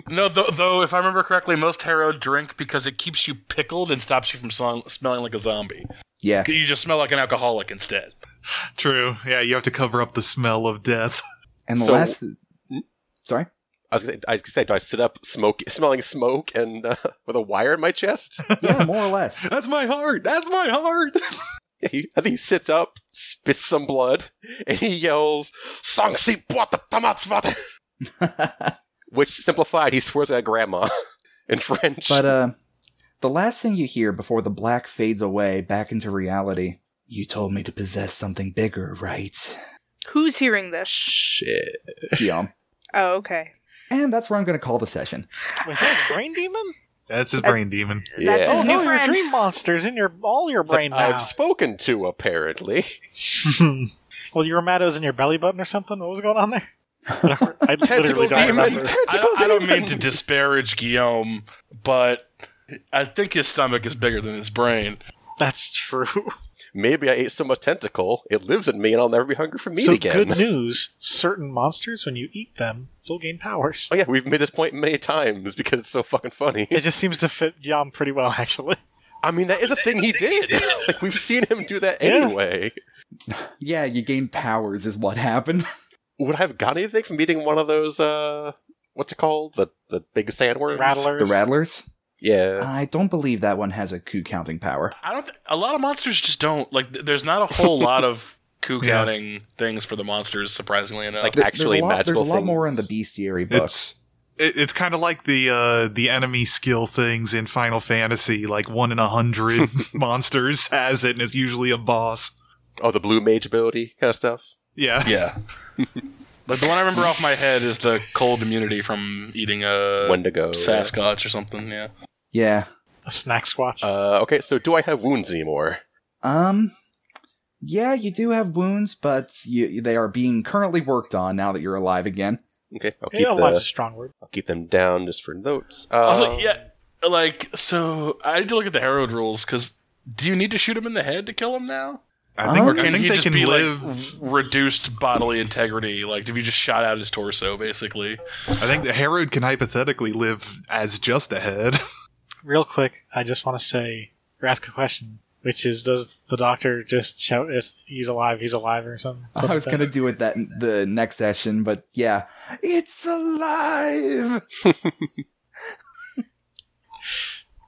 No, though, though if I remember correctly, most Harrow drink because it keeps you pickled and stops you from smelling, smelling like a zombie.
Yeah,
You just smell like an alcoholic instead.
True. Yeah, you have to cover up the smell of death.
and the
So- Hmm?
last. Sorry.
I was gonna, I was gonna say, do I sit up, smoke, smelling smoke, and uh, with a wire in my chest?
Yeah, more or less.
That's my heart. That's my heart.
Yeah, he, I think he sits up, spits some blood, and he yells, "Sang si bota tamatsvata," which simplified, he swears at grandma in French.
But uh, the last thing you hear before the black fades away back into reality. You told me to possess something bigger, right?
Who's hearing this?
Shit.
Guillaume.
Oh, okay.
And that's where I'm going to call the session.
Was that his brain demon?
That's his brain demon.
That's
Yeah.
his
oh
new
no, your
friend.
dream monster's in your all your brain
That I've spoken to apparently.
now. well, your Maddow's in your belly button or something. What was going on there? I literally
Tentacle
don't
demon.
remember.
Tentacle
I don't, I don't
demon.
mean to disparage Guillaume, but I think his stomach is bigger than his brain.
That's true.
Maybe I ate so much tentacle, it lives in me, and I'll never be hungry for meat
so
again.
good news: certain monsters, when you eat them, will gain powers.
Oh yeah, we've made this point many times because it's so fucking funny.
It just seems to fit Yom pretty well, actually.
I mean, that is a thing he did. like we've seen him do that
Yeah.
anyway.
Yeah, you gain powers, is what happened.
Would I have got anything from eating one of those? uh What's it called? The the big sandworms.
Rattlers.
the Rattlers?
Yeah.
I don't believe that one has a coup counting power.
I don't. Th- a lot of monsters just don't like. th- There's not a whole lot of coup
Yeah.
counting things for the monsters. Surprisingly enough,
Like-
There-
Actually
there's a lot,
magical
There's a lot more in
things.
the bestiary
It's-
books.
It, it's kind of like the uh, the enemy skill things in Final Fantasy. Like one in a hundred monsters has it, and it's usually a boss.
Oh, the blue mage ability kind of stuff.
Yeah,
yeah. like the one I remember off my head is the cold immunity from eating a
Wendigo.
Sasquatch or something. Yeah.
yeah.
A snack squatch.
Uh, okay, so do I have wounds anymore?
Um, yeah, you do have wounds, but you, they are being currently worked on now that you're alive again.
Okay, I'll keep,
yeah, life's a
the,
strong word.
I'll keep them down just for notes. Um,
Also, yeah, like so, I need to look at the Harrowed rules because do you need to shoot him in the head to kill him now,
I think,
Or
or
I
can
think
he
they
just
can
be
live.
like r- reduced bodily integrity? Like if you just shot out his torso, basically.
I think the Harrowed can hypothetically live as just a head.
Real quick, I just want to say or ask a question, which is, does the doctor just shout, "Is he's alive? He's alive" or something?
I was gonna do it that the next session, but yeah, it's alive.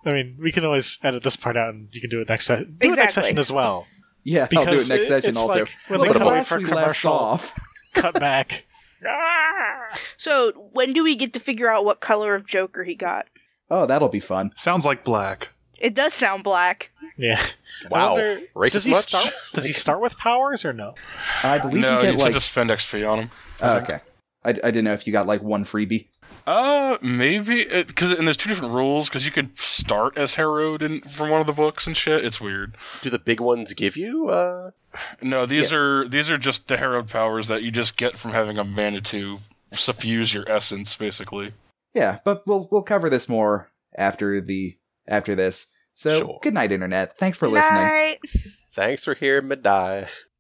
I mean, we can always edit this part out, and you can do it next session. Do it next
Exactly.
session as well.
Yeah, I'll do it
Because
next
it-
session
it's
also.
like when
Like
they come
last
back
we
for
left
commercial.
off.
Cut back.
So when do we get to figure out what color of Joker he got?
Oh, that'll be fun.
Sounds like black.
It does sound black.
Yeah.
Wow.
I wonder-
Racist
does he
much?
Start, does he start with powers or no?
I believe
no,
you
you
get
should
like.
just spend XP on him.
oh, okay, I, I didn't know if you got like one freebie.
Uh, maybe because and there's two different rules because you can start as Harrowed in from one of the books and shit. It's weird.
do the big ones give you? Uh,
No, these are these are just the Harrowed powers that you just get from having a manitou suffuse your essence, basically.
Yeah, but we'll we'll cover this more after the after this. So
Sure.
good night, internet. Thanks for listening.
Night.
thanks for hearing me die.